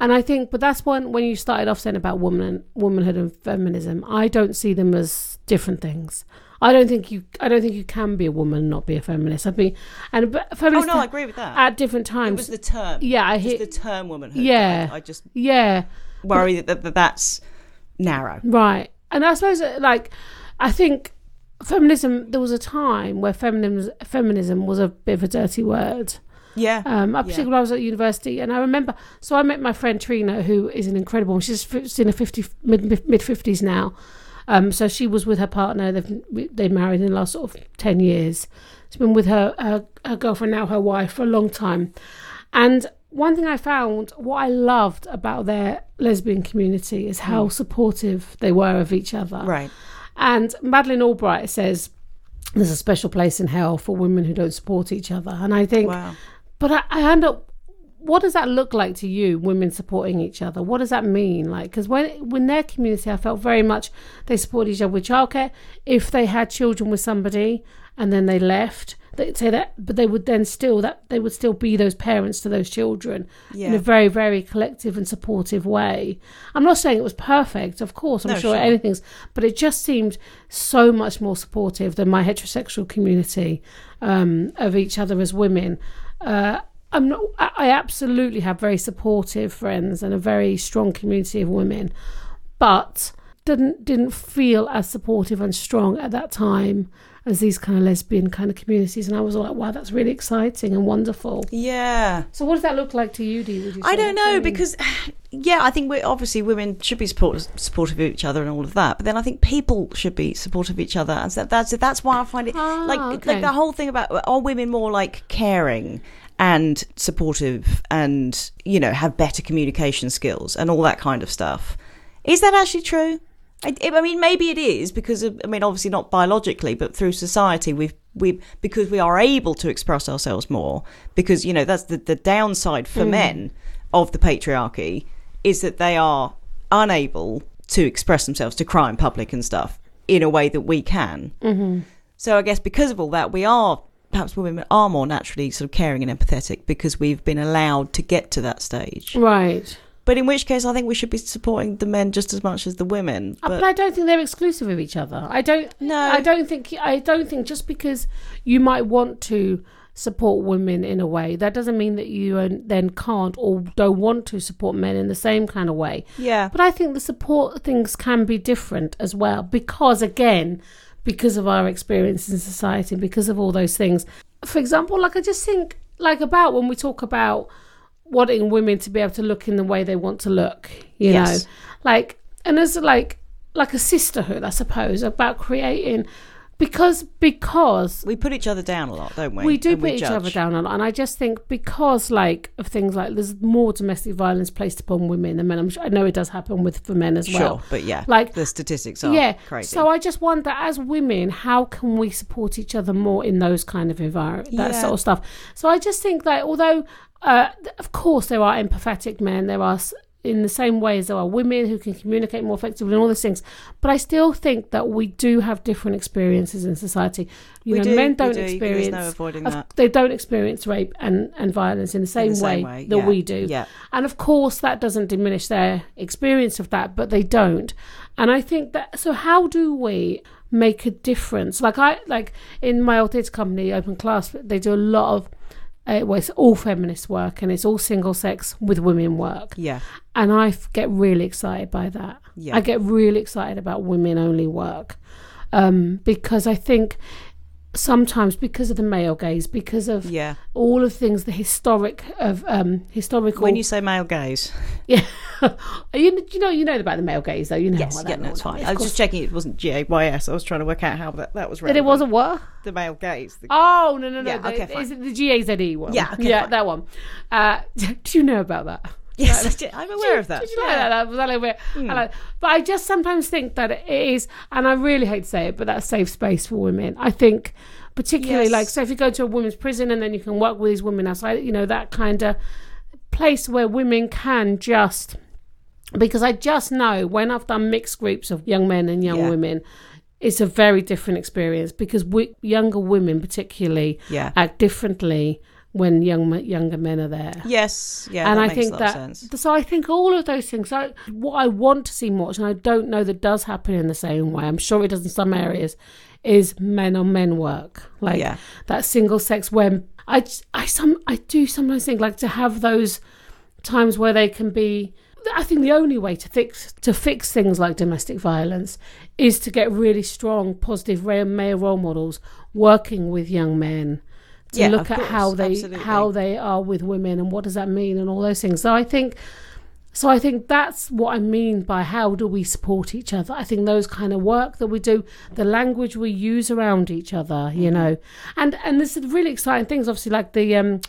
Speaker 2: And I think, but that's one when you started off saying about woman, womanhood and feminism. I don't see them as different things. I don't think you. I don't think you can be a woman and not be a feminist. I mean, and but
Speaker 1: oh
Speaker 2: feminist
Speaker 1: no, I agree with that.
Speaker 2: at different
Speaker 1: It
Speaker 2: times.
Speaker 1: was the term.
Speaker 2: yeah,
Speaker 1: It
Speaker 2: I
Speaker 1: was
Speaker 2: hear.
Speaker 1: the term womanhood.
Speaker 2: Yeah.
Speaker 1: I, I just
Speaker 2: yeah,
Speaker 1: worry that, that that's narrow.
Speaker 2: right. And I suppose uh, like I think feminism. There was a time where feminism feminism was a bit of a dirty word.
Speaker 1: Yeah.
Speaker 2: Um, I-
Speaker 1: Yeah.
Speaker 2: particularly when I was at university, and I remember. So I met my friend Trina, who is an incredible. She's f- in her fifty mid mid fifties now. Um, so she was with her partner. They've they married in the last sort of ten years. She's been with her, her her girlfriend now, her wife, for a long time. And one thing I found, what I loved about their lesbian community is how supportive they were of each other.
Speaker 1: Hmm. Right.
Speaker 2: And Madeline Albright says there's a special place in hell for women who don't support each other. And I think
Speaker 1: Wow.
Speaker 2: but I, I end up. What does that look like to you? Women supporting each other. What does that mean? Like, because when when their community, I felt very much they supported each other with childcare. If they had children with somebody and then they left, they'd say that, but they would then still that they would still be those parents to those children in
Speaker 1: Yeah.
Speaker 2: a very very collective and supportive way. I'm not saying it was perfect, of course. I'm
Speaker 1: No,
Speaker 2: sure
Speaker 1: sure.
Speaker 2: anything's, but it just seemed so much more supportive than my heterosexual community um, of each other as women. Uh, I'm not. I I absolutely have very supportive friends and a very strong community of women, but didn't didn't feel as supportive and strong at that time as these kind of lesbian kind of communities. And I was like, wow, that's really exciting and wonderful.
Speaker 1: Yeah.
Speaker 2: So, what does that look like to you, Dee? Would you
Speaker 1: I
Speaker 2: say?
Speaker 1: don't know
Speaker 2: Sorry.
Speaker 1: because, yeah, I think we obviously women should be support, supportive of each other and all of that. But then I think people should be supportive of each other, and so that's that's why I find it
Speaker 2: Ah,
Speaker 1: like
Speaker 2: okay.
Speaker 1: like the whole thing about are women more like caring and supportive and you know have better communication skills and all that kind of stuff. Is that actually true? I, I mean, maybe it is because of, I mean, obviously not biologically, but through society, we've we because we are able to express ourselves more. Because you know that's the the downside
Speaker 2: Hmm.
Speaker 1: for men of the patriarchy is that they are unable to express themselves to cry in public and stuff in a way that we can.
Speaker 2: Mm-hmm.
Speaker 1: So I guess because of all that, we are perhaps women are more naturally sort of caring and empathetic because we've been allowed to get to that
Speaker 2: Mm.
Speaker 1: stage.
Speaker 2: right.
Speaker 1: But in which case, I think we should be supporting the men just as much as the women.
Speaker 2: Uh, But, I don't think they're exclusive of each other. I don't.
Speaker 1: No.
Speaker 2: I don't think. I don't think just because you might want to support women in a way, that doesn't mean that you uh, then can't or don't want to support men in the same kind of way.
Speaker 1: yeah.
Speaker 2: But I think the support things can be different as well because, again, because of our experience in society, because of all those things. For example, like I just think, like about when we talk about wanting women to be able to look in the way they want to look, you
Speaker 1: Yes.
Speaker 2: know, like, and as like, like a sisterhood, I suppose, about creating, because, because
Speaker 1: We put each other down a lot, don't we?
Speaker 2: we do
Speaker 1: And
Speaker 2: put each other
Speaker 1: judge.
Speaker 2: down a lot, and I just think because like of things like there's more domestic violence placed upon women than men. I'm sure, I know it does happen with for men as
Speaker 1: Sure,
Speaker 2: well.
Speaker 1: but yeah,
Speaker 2: Like-
Speaker 1: like the statistics are
Speaker 2: yeah.
Speaker 1: crazy.
Speaker 2: So I just wonder, as women, how can we support each other more in those kind of environment, that
Speaker 1: Yeah.
Speaker 2: sort of stuff. So I just think that although, uh, th- of course, there are empathetic men, there are s- in the same way as there are women who can communicate more effectively and all these things. But I still think that we do have different experiences in society. You
Speaker 1: We
Speaker 2: know,
Speaker 1: do,
Speaker 2: men
Speaker 1: we
Speaker 2: don't
Speaker 1: do. You-
Speaker 2: experience
Speaker 1: There's no avoiding
Speaker 2: of-
Speaker 1: that.
Speaker 2: they don't experience rape and, and violence in the same,
Speaker 1: the same
Speaker 2: way,
Speaker 1: way,
Speaker 2: that
Speaker 1: yeah,
Speaker 2: we do.
Speaker 1: yeah.
Speaker 2: And of course, that doesn't diminish their experience of that, but they don't. And I think that, so how do we make a difference? Like, I, like in my old theatre company, Open Class, they do a lot of, uh, well, it's all feminist work and it's all single sex with women work.
Speaker 1: Yeah,
Speaker 2: And I f- get really excited by that.
Speaker 1: Yeah.
Speaker 2: I get really excited about women only work um, because I think sometimes because of the male gaze, because of
Speaker 1: yeah.
Speaker 2: all of things, the historic of um, historical.
Speaker 1: When you say male gaze,
Speaker 2: you, you know, you know about the male gaze, though. You know,
Speaker 1: yes,
Speaker 2: about
Speaker 1: yeah,
Speaker 2: that
Speaker 1: no, it's fine.
Speaker 2: Of
Speaker 1: I was
Speaker 2: course.
Speaker 1: just checking it wasn't G A Y S. I was trying to work out how that, that was.
Speaker 2: that it
Speaker 1: relevant.
Speaker 2: wasn't what?
Speaker 1: the male gaze. The-
Speaker 2: Oh no no no!
Speaker 1: Yeah,
Speaker 2: the,
Speaker 1: okay, fine.
Speaker 2: Is it the G A Z E one?
Speaker 1: Yeah, okay,
Speaker 2: yeah,
Speaker 1: fine.
Speaker 2: that one. Uh, do you know about that?
Speaker 1: Yes, I did. I'm aware of that. Hmm.
Speaker 2: Did you like that? That was a little bit. I like- but I just sometimes think that it is, and I really hate to say it, but that's safe space for women. I think, particularly
Speaker 1: Yes.
Speaker 2: like, so if you go to a women's prison and then you can work with these women outside, you know, that kind of place where women can just. Because I just know when I've done mixed groups of young men and young
Speaker 1: Yeah.
Speaker 2: women, it's a very different experience because we, younger women, particularly,
Speaker 1: Yeah.
Speaker 2: act differently when young younger men are there
Speaker 1: Yes, yeah,
Speaker 2: and
Speaker 1: that
Speaker 2: I
Speaker 1: makes
Speaker 2: think
Speaker 1: a lot
Speaker 2: that
Speaker 1: of sense.
Speaker 2: so I think all of those things. I, what I want to see more, and I don't know that does happen in the same way. I'm sure it does in some areas. Is men on men work like
Speaker 1: Yeah.
Speaker 2: that single sex? When I j- I some I do sometimes think like to have those times where they can be. I think the only way to fix to fix things like domestic violence is to get really strong, positive ra- male role models working with young men to
Speaker 1: Yeah,
Speaker 2: look
Speaker 1: of
Speaker 2: at how
Speaker 1: course,
Speaker 2: they
Speaker 1: absolutely.
Speaker 2: how they are with women and what does that mean and all those things. So I think so I think that's what I mean by how do we support each other. I think those kind of work that we do, the language we use around each other,
Speaker 1: Mm-hmm.
Speaker 2: you know, and and there's really exciting things, obviously, like the um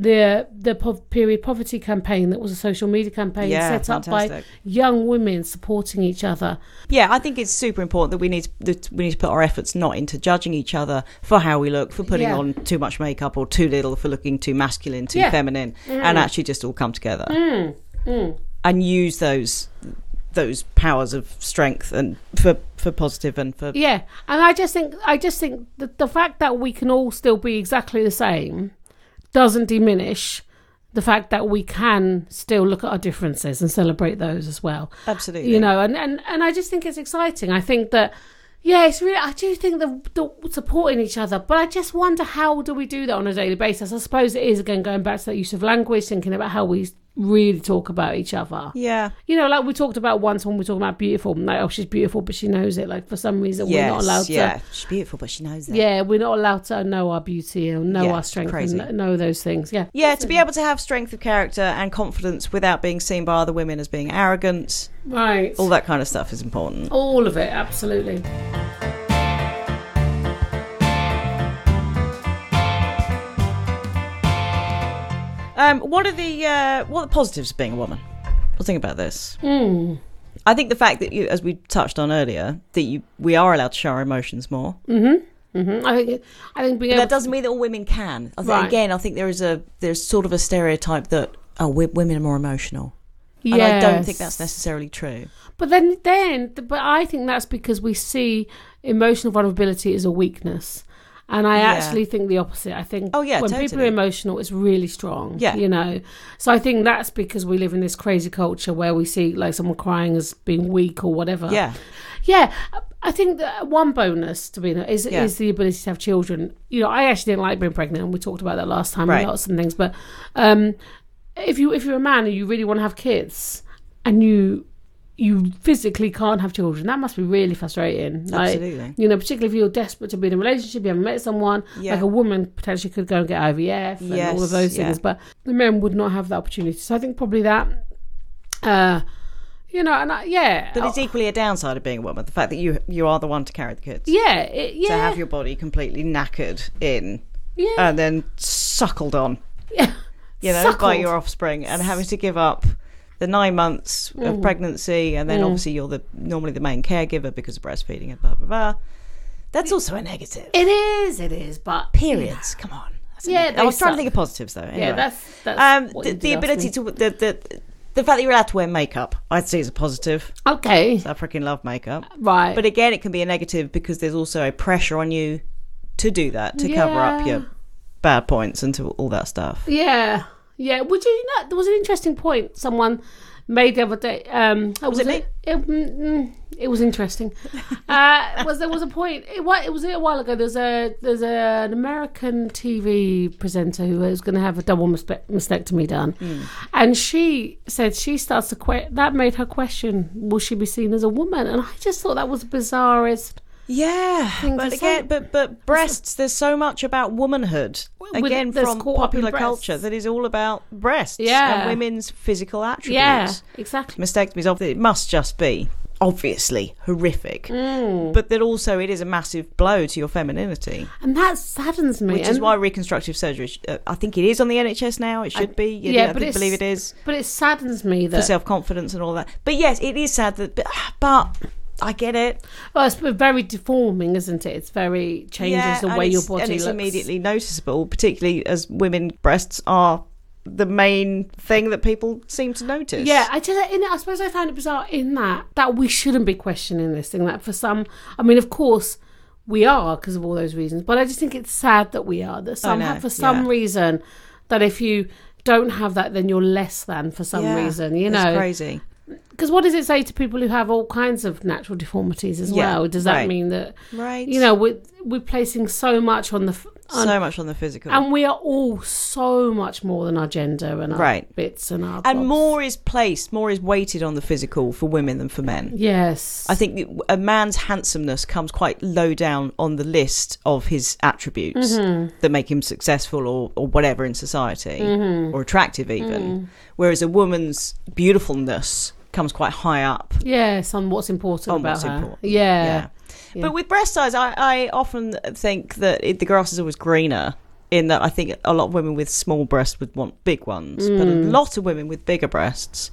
Speaker 2: the the po- period poverty campaign that was a social media campaign
Speaker 1: Yeah,
Speaker 2: set up by
Speaker 1: fantastic.
Speaker 2: young women supporting each other.
Speaker 1: Yeah, I think it's super important that we need to, that we need to put our efforts not into judging each other for how we look, for putting
Speaker 2: Yeah.
Speaker 1: on too much makeup or too little, for looking too masculine, too
Speaker 2: Yeah. Mm.
Speaker 1: feminine, and actually just all come together and use those those powers of strength and for for positive and for
Speaker 2: Yeah, and I just think I just think that the fact that we can all still be exactly the same doesn't diminish the fact that we can still look at our differences and celebrate those as well.
Speaker 1: absolutely
Speaker 2: You know, and and and I just think it's exciting. I think that. Yeah, it's really. I do think the, the supporting each other, but I just wonder how do we do that on a daily basis. I suppose it is again going back to that use of language, thinking about how we really talk about each other
Speaker 1: Yeah,
Speaker 2: you know, like we talked about once when we were talking about beautiful, and like, oh, she's beautiful, but she knows it. Like for some reason,
Speaker 1: yes,
Speaker 2: we're not allowed
Speaker 1: yeah.
Speaker 2: to.
Speaker 1: She's beautiful, but she knows that.
Speaker 2: Yeah, we're not allowed to know our beauty and know
Speaker 1: Yeah,
Speaker 2: our
Speaker 1: it's
Speaker 2: strength
Speaker 1: crazy.
Speaker 2: and kn- know those things. Yeah,
Speaker 1: Yeah, to be able to have strength of character and confidence without being seen by other women as being arrogant,
Speaker 2: right.
Speaker 1: all that kind of stuff is important.
Speaker 2: All of it, absolutely.
Speaker 1: Um, what are the uh, what are the positives of being a woman? Well, think about this.
Speaker 2: Mm. Mm-hmm.
Speaker 1: I think the fact that you, as we touched on earlier, that you we are allowed to show our emotions more.
Speaker 2: hmm I think. I think being
Speaker 1: But
Speaker 2: able
Speaker 1: that doesn't mean that all women can. I think,
Speaker 2: Right.
Speaker 1: Again, I think there is a there's sort of a stereotype that oh, we, women are more emotional,
Speaker 2: to,
Speaker 1: and I don't think
Speaker 2: Yes.
Speaker 1: that's necessarily true.
Speaker 2: But then, then, but I think that's because we see emotional vulnerability as a weakness, and I
Speaker 1: Yeah.
Speaker 2: actually think the opposite. I think
Speaker 1: Oh, yeah,
Speaker 2: when people are
Speaker 1: totally.
Speaker 2: emotional, it's really strong.
Speaker 1: Yeah.
Speaker 2: you know. So I think that's because we live in this crazy culture where we see like someone crying as being weak or whatever.
Speaker 1: Yeah,
Speaker 2: Yeah, I think that one bonus to be is
Speaker 1: Yeah.
Speaker 2: is the ability to have children. You know, I actually didn't like being pregnant, and we talked about that last time.
Speaker 1: Right.
Speaker 2: Lots and things, but um, if you if you're a man and you really want to have kids, and you you physically can't have children, that must be really frustrating. Like,
Speaker 1: Absolutely.
Speaker 2: You know, particularly if you're desperate to be in a relationship, you haven't met someone.
Speaker 1: Yeah.
Speaker 2: Like a woman potentially could go and get IVF and all of
Speaker 1: Yes,
Speaker 2: those
Speaker 1: yeah.
Speaker 2: things, but the men would not have that opportunity. So I think probably that. Uh, you know, and I, yeah,
Speaker 1: but it's equally a downside of being a woman: the fact that you you are the one to carry the kids,
Speaker 2: yeah, it, yeah,
Speaker 1: to have your uh, body completely knackered in
Speaker 2: yeah,
Speaker 1: and then suckled on
Speaker 2: yeah.
Speaker 1: you know, by
Speaker 2: Suckled.
Speaker 1: your offspring and having to give up the nine months
Speaker 2: Mm.
Speaker 1: of pregnancy and then obviously you're the normally the main caregiver because of breastfeeding and blah blah blah. That's also a negative.
Speaker 2: It is, it is, but
Speaker 1: Periods, come on. That's a
Speaker 2: Yeah,
Speaker 1: neg-
Speaker 2: they
Speaker 1: I was trying
Speaker 2: suck.
Speaker 1: to think of positives though. Anyway.
Speaker 2: yeah, that's that's
Speaker 1: um,
Speaker 2: what
Speaker 1: the,
Speaker 2: you
Speaker 1: the
Speaker 2: did
Speaker 1: ability
Speaker 2: ask
Speaker 1: to the, the the fact that you're allowed to wear makeup, I'd see as a positive.
Speaker 2: me. okay,
Speaker 1: I freaking love makeup.
Speaker 2: right,
Speaker 1: But again, it can be a negative because there's also a pressure on you to do that to cover up
Speaker 2: Yeah.
Speaker 1: your bad points and to all that stuff.
Speaker 2: yeah, yeah. Would you know? There was an interesting point someone made the other day. Um, was,
Speaker 1: Oh, it me?
Speaker 2: It, mm, mm, it was interesting. uh, was there was a point? It, wa- it was a while ago. There's a there's a, an American TV presenter who was going to have a double mastec- mastectomy done,
Speaker 1: Hmm.
Speaker 2: and she said she starts to que- that made her question: Will she be seen as a woman? And I just thought that was the bizarrest.
Speaker 1: Yeah, but
Speaker 2: to say.
Speaker 1: again, but but breasts. There's so much about womanhood
Speaker 2: With-
Speaker 1: again
Speaker 2: that's
Speaker 1: from
Speaker 2: caught up in
Speaker 1: popular
Speaker 2: breasts.
Speaker 1: culture that is all about breasts
Speaker 2: Yeah.
Speaker 1: and women's physical attributes.
Speaker 2: Yeah, exactly.
Speaker 1: Mastectomies, obviously, it must just be obviously horrific,
Speaker 2: Mm.
Speaker 1: but that also it is a massive blow to your femininity,
Speaker 2: And that saddens me.
Speaker 1: which is
Speaker 2: and-
Speaker 1: why reconstructive surgery. sh- Uh, I think it is on the NHS now. It should be. You
Speaker 2: yeah,
Speaker 1: know, I
Speaker 2: but
Speaker 1: think,
Speaker 2: it's- uh,
Speaker 1: believe it is
Speaker 2: But it saddens me
Speaker 1: for
Speaker 2: that.
Speaker 1: self confidence and all that. But yes, it is sad that. But, but I get it.
Speaker 2: Well, it's very deforming, isn't it? It's very changes
Speaker 1: yeah,
Speaker 2: the
Speaker 1: and
Speaker 2: way your
Speaker 1: it's-
Speaker 2: body
Speaker 1: and it's
Speaker 2: looks.
Speaker 1: immediately noticeable, particularly as women breasts are the main thing that people seem to notice.
Speaker 2: Yeah, I just, in, I suppose I found it bizarre in that that we shouldn't be questioning this thing. That for some, I mean, of course, we are because of all those reasons. But I just think it's sad that we are that some
Speaker 1: know,
Speaker 2: have, for some
Speaker 1: yeah.
Speaker 2: reason that if you don't have that, then you're less than for some
Speaker 1: Yeah,
Speaker 2: reason. You
Speaker 1: it's
Speaker 2: know,
Speaker 1: crazy.
Speaker 2: because what does it say to people who have all kinds of natural deformities as
Speaker 1: Yeah,
Speaker 2: well? Does that
Speaker 1: right.
Speaker 2: mean that
Speaker 1: Right.
Speaker 2: you know we're we're placing so much on the f- on
Speaker 1: so much on the physical.
Speaker 2: and we are all so much more than our gender and our
Speaker 1: Right.
Speaker 2: bits and our
Speaker 1: and
Speaker 2: bobs.
Speaker 1: more is placed, more is weighted on the physical for women than for men.
Speaker 2: Yes,
Speaker 1: I think that a man's handsomeness comes quite low down on the list of his attributes
Speaker 2: Mm-hmm.
Speaker 1: that make him successful or, or whatever in society
Speaker 2: Mm-hmm.
Speaker 1: or attractive, even.
Speaker 2: Mm.
Speaker 1: Whereas a woman's beautifulness comes quite high up
Speaker 2: Yes, on what's important
Speaker 1: on
Speaker 2: about
Speaker 1: what's
Speaker 2: her.
Speaker 1: important.
Speaker 2: Yeah. Yeah.
Speaker 1: But with breast size, I, I often think that it, the grass is always greener. In that, I think a lot of women with small breasts would want big ones, but a
Speaker 2: Mm.
Speaker 1: lot of women with bigger breasts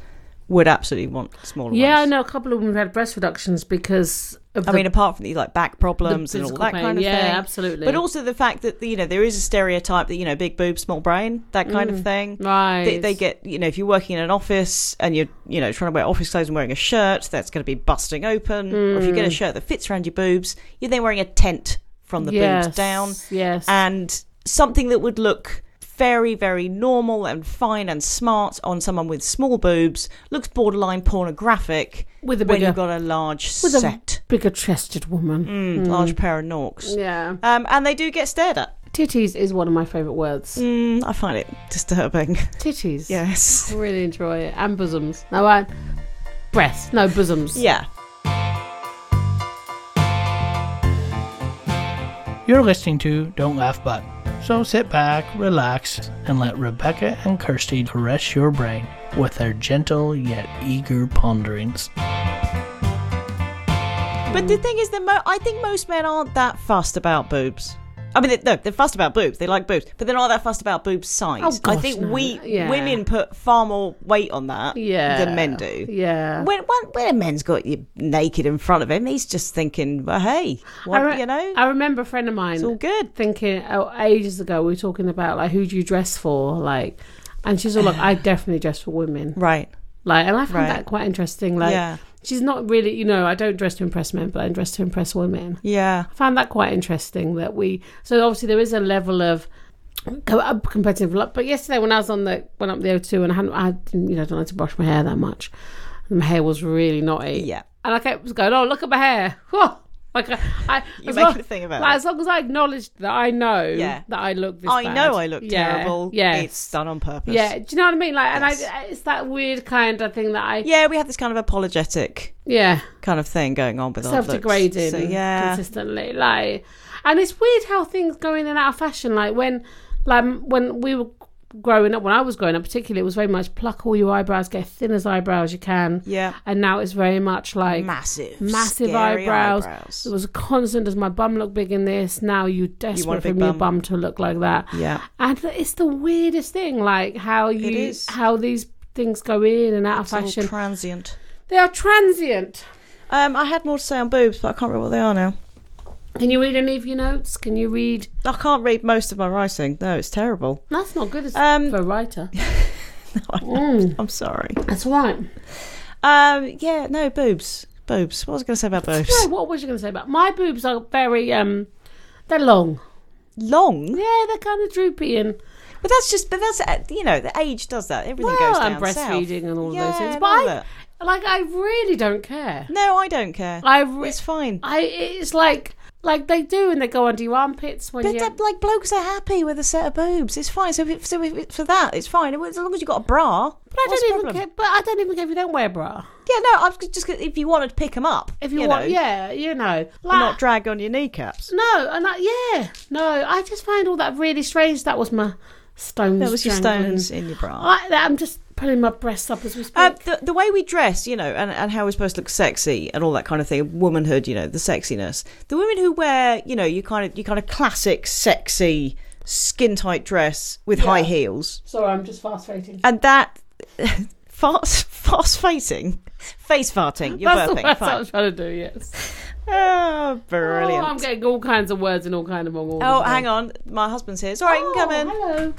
Speaker 1: would absolutely want smaller
Speaker 2: Yeah, I
Speaker 1: ones.
Speaker 2: know a couple of women who had breast reductions because of
Speaker 1: I
Speaker 2: the,
Speaker 1: mean, apart from the like back
Speaker 2: the
Speaker 1: problems and all
Speaker 2: physical
Speaker 1: that
Speaker 2: pain.
Speaker 1: kind of
Speaker 2: yeah,
Speaker 1: thing,
Speaker 2: absolutely.
Speaker 1: but also the fact that you know there is a stereotype that you know big boob, small brain, that kind
Speaker 2: Mm.
Speaker 1: of thing.
Speaker 2: right,
Speaker 1: They, they get you know if you're working in an office and you're you know trying to wear office clothes and wearing a shirt that's going to be busting open or if you
Speaker 2: Mm.
Speaker 1: get a shirt that fits around your boobs you're then wearing a tent from the
Speaker 2: yes,
Speaker 1: boobs down
Speaker 2: Yes,
Speaker 1: and something that would look very very normal and fine and smart on someone with small boobs looks borderline pornographic
Speaker 2: with a
Speaker 1: when
Speaker 2: bigger,
Speaker 1: you've got a large
Speaker 2: With a-
Speaker 1: set
Speaker 2: bigger chested woman.
Speaker 1: Mm, large pair of norks
Speaker 2: Yeah,
Speaker 1: um, and they do get stared at
Speaker 2: titties is one of my favourite words.
Speaker 1: mm, I find it disturbing
Speaker 2: Titties.
Speaker 1: yes
Speaker 2: I really enjoy it. And bosoms. No, I breasts. No bosoms.
Speaker 1: yeah
Speaker 3: You're listening to Don't Laugh But. So sit back, relax, and let Rebecca and Kirsty caress your brain with their gentle yet eager ponderings.
Speaker 1: But the thing is, that mo- I think most men aren't that fussed about boobs. I mean, they, no, they're fussed about boobs. They like boobs, but they're not that fussed about boob size.
Speaker 2: Oh, gosh,
Speaker 1: I think
Speaker 2: no.
Speaker 1: we
Speaker 2: Yeah.
Speaker 1: women put far more weight on that
Speaker 2: Yeah.
Speaker 1: than men do.
Speaker 2: Yeah.
Speaker 1: When, when when a man's got you naked in front of him, he's just thinking, well, "Hey, what,
Speaker 2: I re-
Speaker 1: you know,
Speaker 2: I remember a friend of mine.
Speaker 1: it's all good."
Speaker 2: thinking oh, ages ago we were talking about like who do you dress for like and she's all like i definitely dress for women
Speaker 1: Right?
Speaker 2: like and i
Speaker 1: Right.
Speaker 2: found that quite interesting like
Speaker 1: yeah,
Speaker 2: she's not really you know i don't dress to impress men but i dress to impress women
Speaker 1: yeah,
Speaker 2: i found that quite interesting that we so obviously there is a level of co- uh, competitive luck but yesterday when i was on the went up the o2 and i hadn't i didn't, you know don't like to brush my hair that much and my hair was really knotty
Speaker 1: yeah.
Speaker 2: and I kept going, oh, look at my hair. Whoa. Like, I, I,
Speaker 1: You
Speaker 2: as,
Speaker 1: make
Speaker 2: long,
Speaker 1: a thing about
Speaker 2: like,
Speaker 1: it.
Speaker 2: as long as I acknowledged that I know
Speaker 1: Yeah.
Speaker 2: that I look this
Speaker 1: I
Speaker 2: bad.
Speaker 1: know I look
Speaker 2: Yeah.
Speaker 1: terrible.
Speaker 2: Yeah.
Speaker 1: it's done on purpose.
Speaker 2: yeah. Do you know what I mean? Like,
Speaker 1: Yes.
Speaker 2: and I, it's that weird kind of thing that I, yeah,
Speaker 1: yeah. We have this kind of apologetic kind of thing going on with our looks.
Speaker 2: self-degrading
Speaker 1: So, yeah,
Speaker 2: consistently. Like, and it's weird how things go in and out of fashion. Like when, like when we were growing up, when I was growing up, particularly, it was very much pluck all your eyebrows, get thin as eyebrows you can.
Speaker 1: yeah.
Speaker 2: And now it's very much like
Speaker 1: massive,
Speaker 2: massive
Speaker 1: scary
Speaker 2: eyebrows. It was a constant. Does my bum look big in this? Now you desperate for
Speaker 1: big
Speaker 2: your
Speaker 1: bum.
Speaker 2: bum to look like that.
Speaker 1: Yeah,
Speaker 2: And th- it's the weirdest thing, like how you
Speaker 1: is.
Speaker 2: how these things go in and out of
Speaker 1: it's all
Speaker 2: fashion.
Speaker 1: transient.
Speaker 2: they are transient.
Speaker 1: Um, I had more to say on boobs, but I can't remember what they are now.
Speaker 2: Can you read any of your notes? Can you read?
Speaker 1: I can't read most of my writing. No, it's terrible.
Speaker 2: That's not good as
Speaker 1: Um,
Speaker 2: for a writer. mm.
Speaker 1: I'm sorry.
Speaker 2: That's right.
Speaker 1: Um, yeah, no boobs, boobs. What was I going to say about
Speaker 2: Yeah,
Speaker 1: boobs?
Speaker 2: what was you going to say about my boobs? Are very um, they're long.
Speaker 1: Long.
Speaker 2: Yeah, they're kind of droopy and
Speaker 1: But that's just. But that's uh, you know the age does that. Everything
Speaker 2: well,
Speaker 1: goes down
Speaker 2: and breastfeeding
Speaker 1: south.
Speaker 2: and all of
Speaker 1: yeah,
Speaker 2: those things.
Speaker 1: and
Speaker 2: But
Speaker 1: all
Speaker 2: I,
Speaker 1: that.
Speaker 2: like, I really don't care.
Speaker 1: no, I don't care.
Speaker 2: I re-
Speaker 1: it's fine.
Speaker 2: I it's like like they do and they go under your armpits when
Speaker 1: But
Speaker 2: you
Speaker 1: that, like blokes are happy with a set of boobs. It's fine. So, if, so if, for that, it's fine. As long as you have got a bra.
Speaker 2: But I
Speaker 1: what's the
Speaker 2: don't even
Speaker 1: problem?
Speaker 2: care. But I don't even care if you don't wear a bra.
Speaker 1: Yeah, no, I'm just gonna- if you want to pick them up,
Speaker 2: If you,
Speaker 1: know,
Speaker 2: want, yeah, Ah. Mm. you know, like
Speaker 1: not drag on your kneecaps.
Speaker 2: no, and I, yeah, no. I just Ah. find all that really strange. That was my stones.
Speaker 1: That was your
Speaker 2: dangling.
Speaker 1: stones in your bra.
Speaker 2: I, that- I'm just pulling my breasts up as we speak.
Speaker 1: Uh, the, the way we dress, you know, and, and how we're supposed to look sexy and all that kind of thing, womanhood, you know, the sexiness. The women who wear, you know, you kind of you kind of classic sexy skin tight dress with high
Speaker 2: Yeah.
Speaker 1: heels,
Speaker 2: Sorry, I'm just fast rating.
Speaker 1: and that fast fast fating, face farting. You're
Speaker 2: That's, the-
Speaker 1: burping.
Speaker 2: that's what I
Speaker 1: Fine.
Speaker 2: was trying to do. Yes.
Speaker 1: Oh,
Speaker 2: Oh, I'm
Speaker 1: brilliant.
Speaker 2: getting all kinds of words in all kind of wrong orders.
Speaker 1: Oh, hang on, my husband's here. Sorry, you can come in.
Speaker 2: Hello.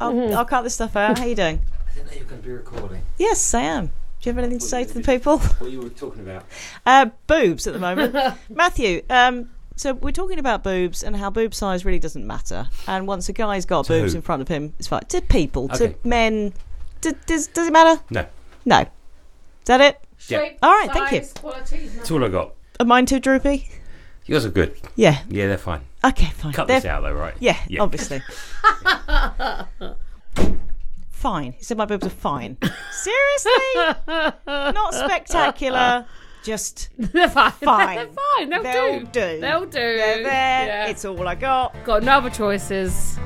Speaker 1: I'll, I'll cut this stuff out. How you doing?
Speaker 4: I didn't know you were going to be recording.
Speaker 1: Yes, I am. Do you have anything to say to the people?
Speaker 4: What you were talking about?
Speaker 1: Uh, boobs at the moment. Matthew, um, so we're talking about boobs and how boob size really doesn't matter. And once a guy's got
Speaker 4: To
Speaker 1: boobs
Speaker 4: who?
Speaker 1: in front of him, it's fine. To people,
Speaker 4: Okay.
Speaker 1: to men. d does, does it matter?
Speaker 4: No,
Speaker 1: No. Is that it?
Speaker 4: Yeah.
Speaker 2: Shape,
Speaker 1: All right, thank you.
Speaker 2: size, quality,
Speaker 4: that's all I got.
Speaker 1: Are mine too droopy?
Speaker 4: Yours are good.
Speaker 1: Yeah.
Speaker 4: Yeah, they're fine.
Speaker 1: Okay, fine.
Speaker 4: Cut
Speaker 1: They're-
Speaker 4: this out though, right?
Speaker 1: Yeah,
Speaker 4: Yeah.
Speaker 1: obviously. fine. He said my boobs are fine. Seriously? Not spectacular. Just
Speaker 2: They're fine.
Speaker 1: Fine.
Speaker 2: They're fine. They'll,
Speaker 1: They'll
Speaker 2: do.
Speaker 1: do.
Speaker 2: They'll do.
Speaker 1: they're there.
Speaker 2: Yeah.
Speaker 1: It's all I got.
Speaker 2: got no other choices.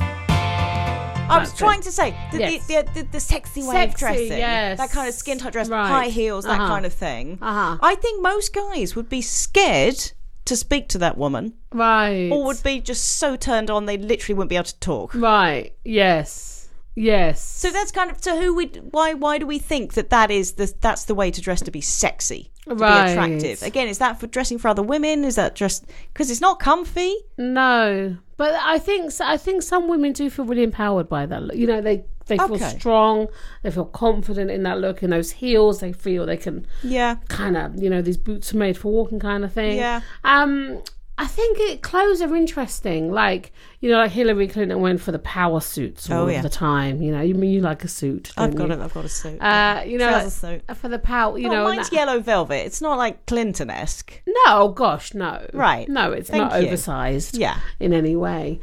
Speaker 1: I was
Speaker 2: That's
Speaker 1: trying to say the,
Speaker 2: Yes.
Speaker 1: the, the, the, the sexy way
Speaker 2: Sexy,
Speaker 1: of dressing,
Speaker 2: yes.
Speaker 1: that kind of skin tight dress,
Speaker 2: Right.
Speaker 1: high heels, that
Speaker 2: Uh-huh.
Speaker 1: kind of thing.
Speaker 2: Uh-huh.
Speaker 1: I think most guys would be scared to speak to that woman,
Speaker 2: Right.
Speaker 1: or would be just so turned on they literally wouldn't be able to talk.
Speaker 2: Mm. Right. Yes. Yes.
Speaker 1: So that's kind of so who we why why do we think that that is the that's the way to dress to be sexy, to
Speaker 2: Right.
Speaker 1: be attractive? Again, is that for dressing for other women? Is that just because it's not comfy?
Speaker 2: no, but I think I think some women do feel really empowered by that. look. You know, they they feel
Speaker 1: Okay.
Speaker 2: strong. They feel confident in that look. In those heels, they feel they can
Speaker 1: Yeah,
Speaker 2: kind of you know these boots are made for walking kind of thing.
Speaker 1: Yeah.
Speaker 2: Um. I think it, clothes are interesting. Like you know, like Hillary Clinton went for the power suits all
Speaker 1: Oh,
Speaker 2: of
Speaker 1: yeah.
Speaker 2: the time. You know, you mean you like a suit?
Speaker 1: I've got
Speaker 2: don't you?
Speaker 1: it. I've got a suit.
Speaker 2: Uh, you know,
Speaker 1: Trouser
Speaker 2: like,
Speaker 1: suit.
Speaker 2: for the power. You
Speaker 1: Oh,
Speaker 2: know, and
Speaker 1: mine's
Speaker 2: that-
Speaker 1: yellow velvet. It's not like Clinton esque.
Speaker 2: No, gosh, no.
Speaker 1: Right.
Speaker 2: No, it's
Speaker 1: Thank
Speaker 2: not
Speaker 1: you.
Speaker 2: oversized.
Speaker 1: Yeah.
Speaker 2: In any way,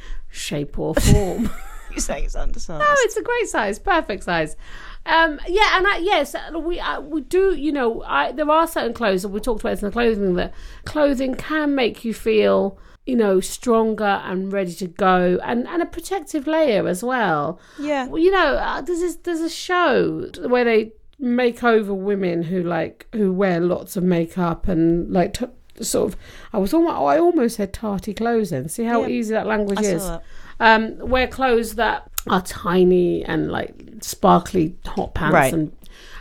Speaker 2: shape or form. no,
Speaker 1: You say it's undersized.
Speaker 2: Oh, it's a great size, perfect size. Um, yeah, and I, yes, we I, we do. You know, I, there are certain clothes that we talked about in the clothing that clothing can make you feel, you know, stronger and ready to go, and and a protective layer as well.
Speaker 1: yeah.
Speaker 2: Well, you know, uh, there's this, there's a show where they make over women who like who wear lots of makeup and like t- sort of. I was almost, I almost said tarty clothes. Then see how
Speaker 1: Yeah.
Speaker 2: easy that language
Speaker 1: I saw
Speaker 2: is.
Speaker 1: that.
Speaker 2: Um, wear clothes that are tiny and like sparkly hot pants
Speaker 1: Right.
Speaker 2: and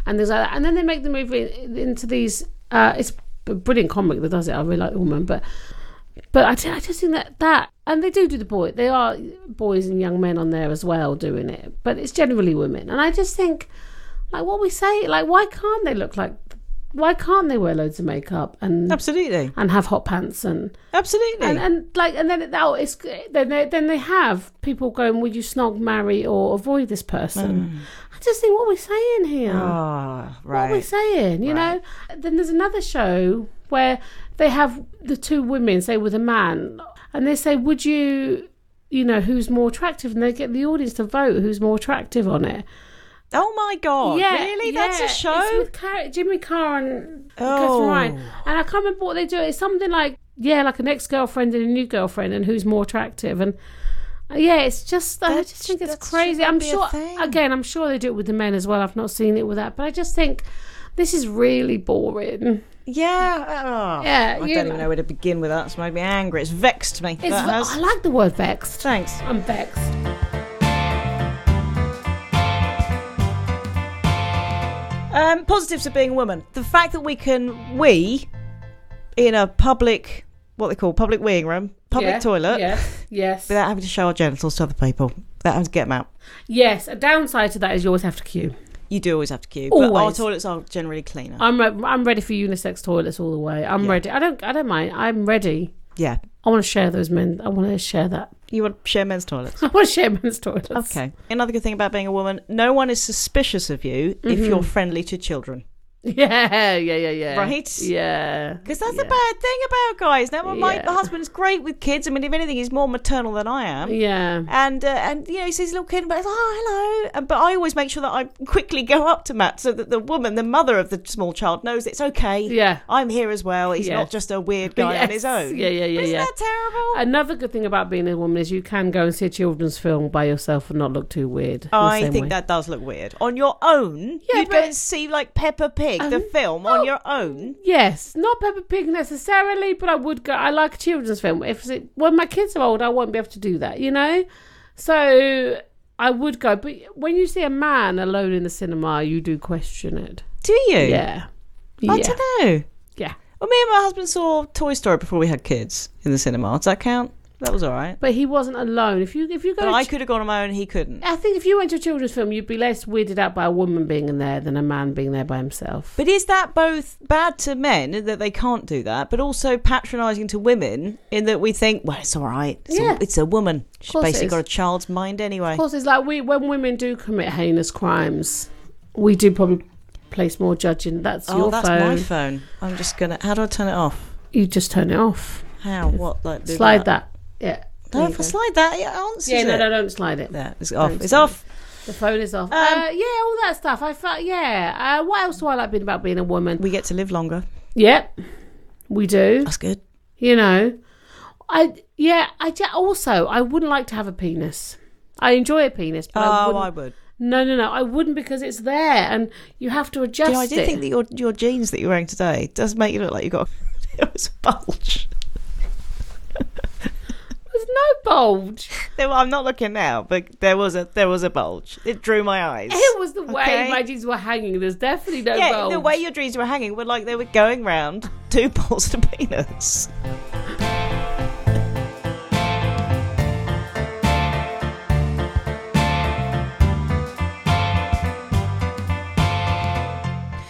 Speaker 2: and things like that. And then they make the movie into these. Uh, it's a brilliant comic that does it. I really like the woman, but but I, ju- I just think that that and they do do the boy. They are boys and young men on there as well doing it, but it's generally women. And I just think like what we say, like why can't they look like? Why can't they wear loads of makeup and
Speaker 1: Absolutely.
Speaker 2: and have hot pants and
Speaker 1: Absolutely.
Speaker 2: and, uh, and like and then it, oh, it's then they, then they have people going will you snog marry or avoid this person
Speaker 1: Mm.
Speaker 2: i just think what are we saying here
Speaker 1: Ah,
Speaker 2: what are we
Speaker 1: right.
Speaker 2: saying you
Speaker 1: Right.
Speaker 2: know then there's another show where they have the two women say with a man and they say would you you know who's more attractive and they get the audience to vote who's more attractive on it
Speaker 1: Oh my god. really? That's
Speaker 2: yeah.
Speaker 1: a
Speaker 2: It's
Speaker 1: show?
Speaker 2: with Car- Jimmy Carr and
Speaker 1: Oh.
Speaker 2: Catherine Ryan. And I can't remember what they do. It's something like, yeah, like an ex girlfriend and a new girlfriend, and who's more attractive. And uh, yeah, it's just, I
Speaker 1: That
Speaker 2: just
Speaker 1: sh-
Speaker 2: think it's
Speaker 1: that
Speaker 2: crazy.
Speaker 1: shouldn't
Speaker 2: I'm
Speaker 1: be a
Speaker 2: sure,
Speaker 1: thing.
Speaker 2: again, I'm sure they do it with the men as well. I've not seen it with that. But I just think this is really boring.
Speaker 1: yeah. Oh,
Speaker 2: Yeah,
Speaker 1: I
Speaker 2: you
Speaker 1: don't
Speaker 2: know.
Speaker 1: even know where to begin with that. It's made me angry. It's vexed me.
Speaker 2: It's,
Speaker 1: That
Speaker 2: ve-
Speaker 1: has.
Speaker 2: I like the word vexed.
Speaker 1: Thanks.
Speaker 2: I'm vexed.
Speaker 1: Um, positives of being a woman. The fact that we can we in a public what they call public weeing room, public
Speaker 2: Yeah,
Speaker 1: toilet
Speaker 2: Yes. Yes.
Speaker 1: without having to show our genitals to other people. That has to get them out.
Speaker 2: yes. A downside to that is you always have to queue.
Speaker 1: You do always have to queue. But our
Speaker 2: Always.
Speaker 1: toilets are generally cleaner.
Speaker 2: I'm re- I'm ready for unisex toilets all the way. I'm ready. I don't I don't mind. I'm ready.
Speaker 1: yeah.
Speaker 2: I want to share those men. I want to share that.
Speaker 1: You want to share men's toilets?
Speaker 2: I want to share men's toilets. Mm-hmm.
Speaker 1: Okay. Another good thing about being a woman, no one is suspicious of you if you're friendly to children.
Speaker 2: Yeah, yeah, yeah, yeah.
Speaker 1: Right?
Speaker 2: Yeah.
Speaker 1: Because that's the
Speaker 2: Yeah.
Speaker 1: bad thing about guys. Now, my, my
Speaker 2: Yeah.
Speaker 1: husband's great with kids. I mean, if anything, he's more maternal than I am.
Speaker 2: Yeah.
Speaker 1: And uh, and you know he sees a little kid, but it's oh hello. And, but I always make sure that I quickly go up to Matt so that the woman, the mother of the small child, knows it's okay.
Speaker 2: Yeah.
Speaker 1: I'm here as well. He's
Speaker 2: Yeah.
Speaker 1: not just a weird guy on his
Speaker 2: Yes.
Speaker 1: own.
Speaker 2: Yeah, yeah, yeah,
Speaker 1: Isn't
Speaker 2: yeah.
Speaker 1: that terrible?
Speaker 2: Another good thing about being a woman is you can go and see a children's film by yourself and not look too weird. in the
Speaker 1: I
Speaker 2: same
Speaker 1: think
Speaker 2: way.
Speaker 1: that does look weird. On your own,
Speaker 2: Yeah,
Speaker 1: you
Speaker 2: but-
Speaker 1: go and see like Peppa Pig, the
Speaker 2: Um,
Speaker 1: film,
Speaker 2: no.
Speaker 1: on your own.
Speaker 2: Yes, not Peppa Pig necessarily, but I would go. I like a children's film. If it, when my kids are old, I won't be able to do that, you know. So I would go, but when you see a man alone in the cinema, you do question it.
Speaker 1: Do you?
Speaker 2: Yeah,
Speaker 1: I
Speaker 2: yeah,
Speaker 1: don't know.
Speaker 2: yeah.
Speaker 1: Well, me and my husband saw Toy Story before we had kids in the cinema. Does that count? That was all right.
Speaker 2: But he wasn't alone. If you if you go,
Speaker 1: But
Speaker 2: to
Speaker 1: I
Speaker 2: ch-
Speaker 1: could have gone on my own. He couldn't.
Speaker 2: I think if you went to a children's film, you'd be less weirded out by a woman being in there than a man being there by himself.
Speaker 1: But is that both bad to men that they can't do that, but also patronising to women in that we think, well, it's all right. It's,
Speaker 2: Yeah.
Speaker 1: a, it's a woman. She's
Speaker 2: course it
Speaker 1: basically
Speaker 2: is.
Speaker 1: got a child's mind anyway.
Speaker 2: Of course, it's like we when women do commit heinous crimes, we do probably place more judging. That's
Speaker 1: Oh,
Speaker 2: your
Speaker 1: that's
Speaker 2: phone.
Speaker 1: my phone. I'm just gonna. How do I turn it off?
Speaker 2: you just turn it off.
Speaker 1: How? What? Like do
Speaker 2: slide that. Yeah.
Speaker 1: No,
Speaker 2: There you
Speaker 1: if I
Speaker 2: go.
Speaker 1: slide that, it answers
Speaker 2: yeah, no,
Speaker 1: it.
Speaker 2: no, don't slide it.
Speaker 1: There, it's off.
Speaker 2: Don't
Speaker 1: It's
Speaker 2: slide
Speaker 1: off.
Speaker 2: The phone is off.
Speaker 1: Um,
Speaker 2: uh, yeah, all that stuff. I felt. Yeah. Uh, what else do I like being about being a woman?
Speaker 1: We get to live longer.
Speaker 2: Yep, we do.
Speaker 1: That's good.
Speaker 2: You know, I yeah. I ju- also I wouldn't like to have a penis. I enjoy a penis, but I
Speaker 1: oh,
Speaker 2: wouldn't.
Speaker 1: I would.
Speaker 2: No, no, no. I wouldn't because it's there, and you have to adjust
Speaker 1: You know, I do
Speaker 2: it.
Speaker 1: think that your your jeans that you're wearing today does make you look like you got. A, it was a bulge.
Speaker 2: There's no bulge.
Speaker 1: There, I'm not looking now, but there was a there was a bulge. It drew my eyes.
Speaker 2: It was the way
Speaker 1: Okay.
Speaker 2: my jeans were hanging. There's definitely no
Speaker 1: yeah,
Speaker 2: bulge.
Speaker 1: the way your dreams were hanging were like they were going round two balls to penis.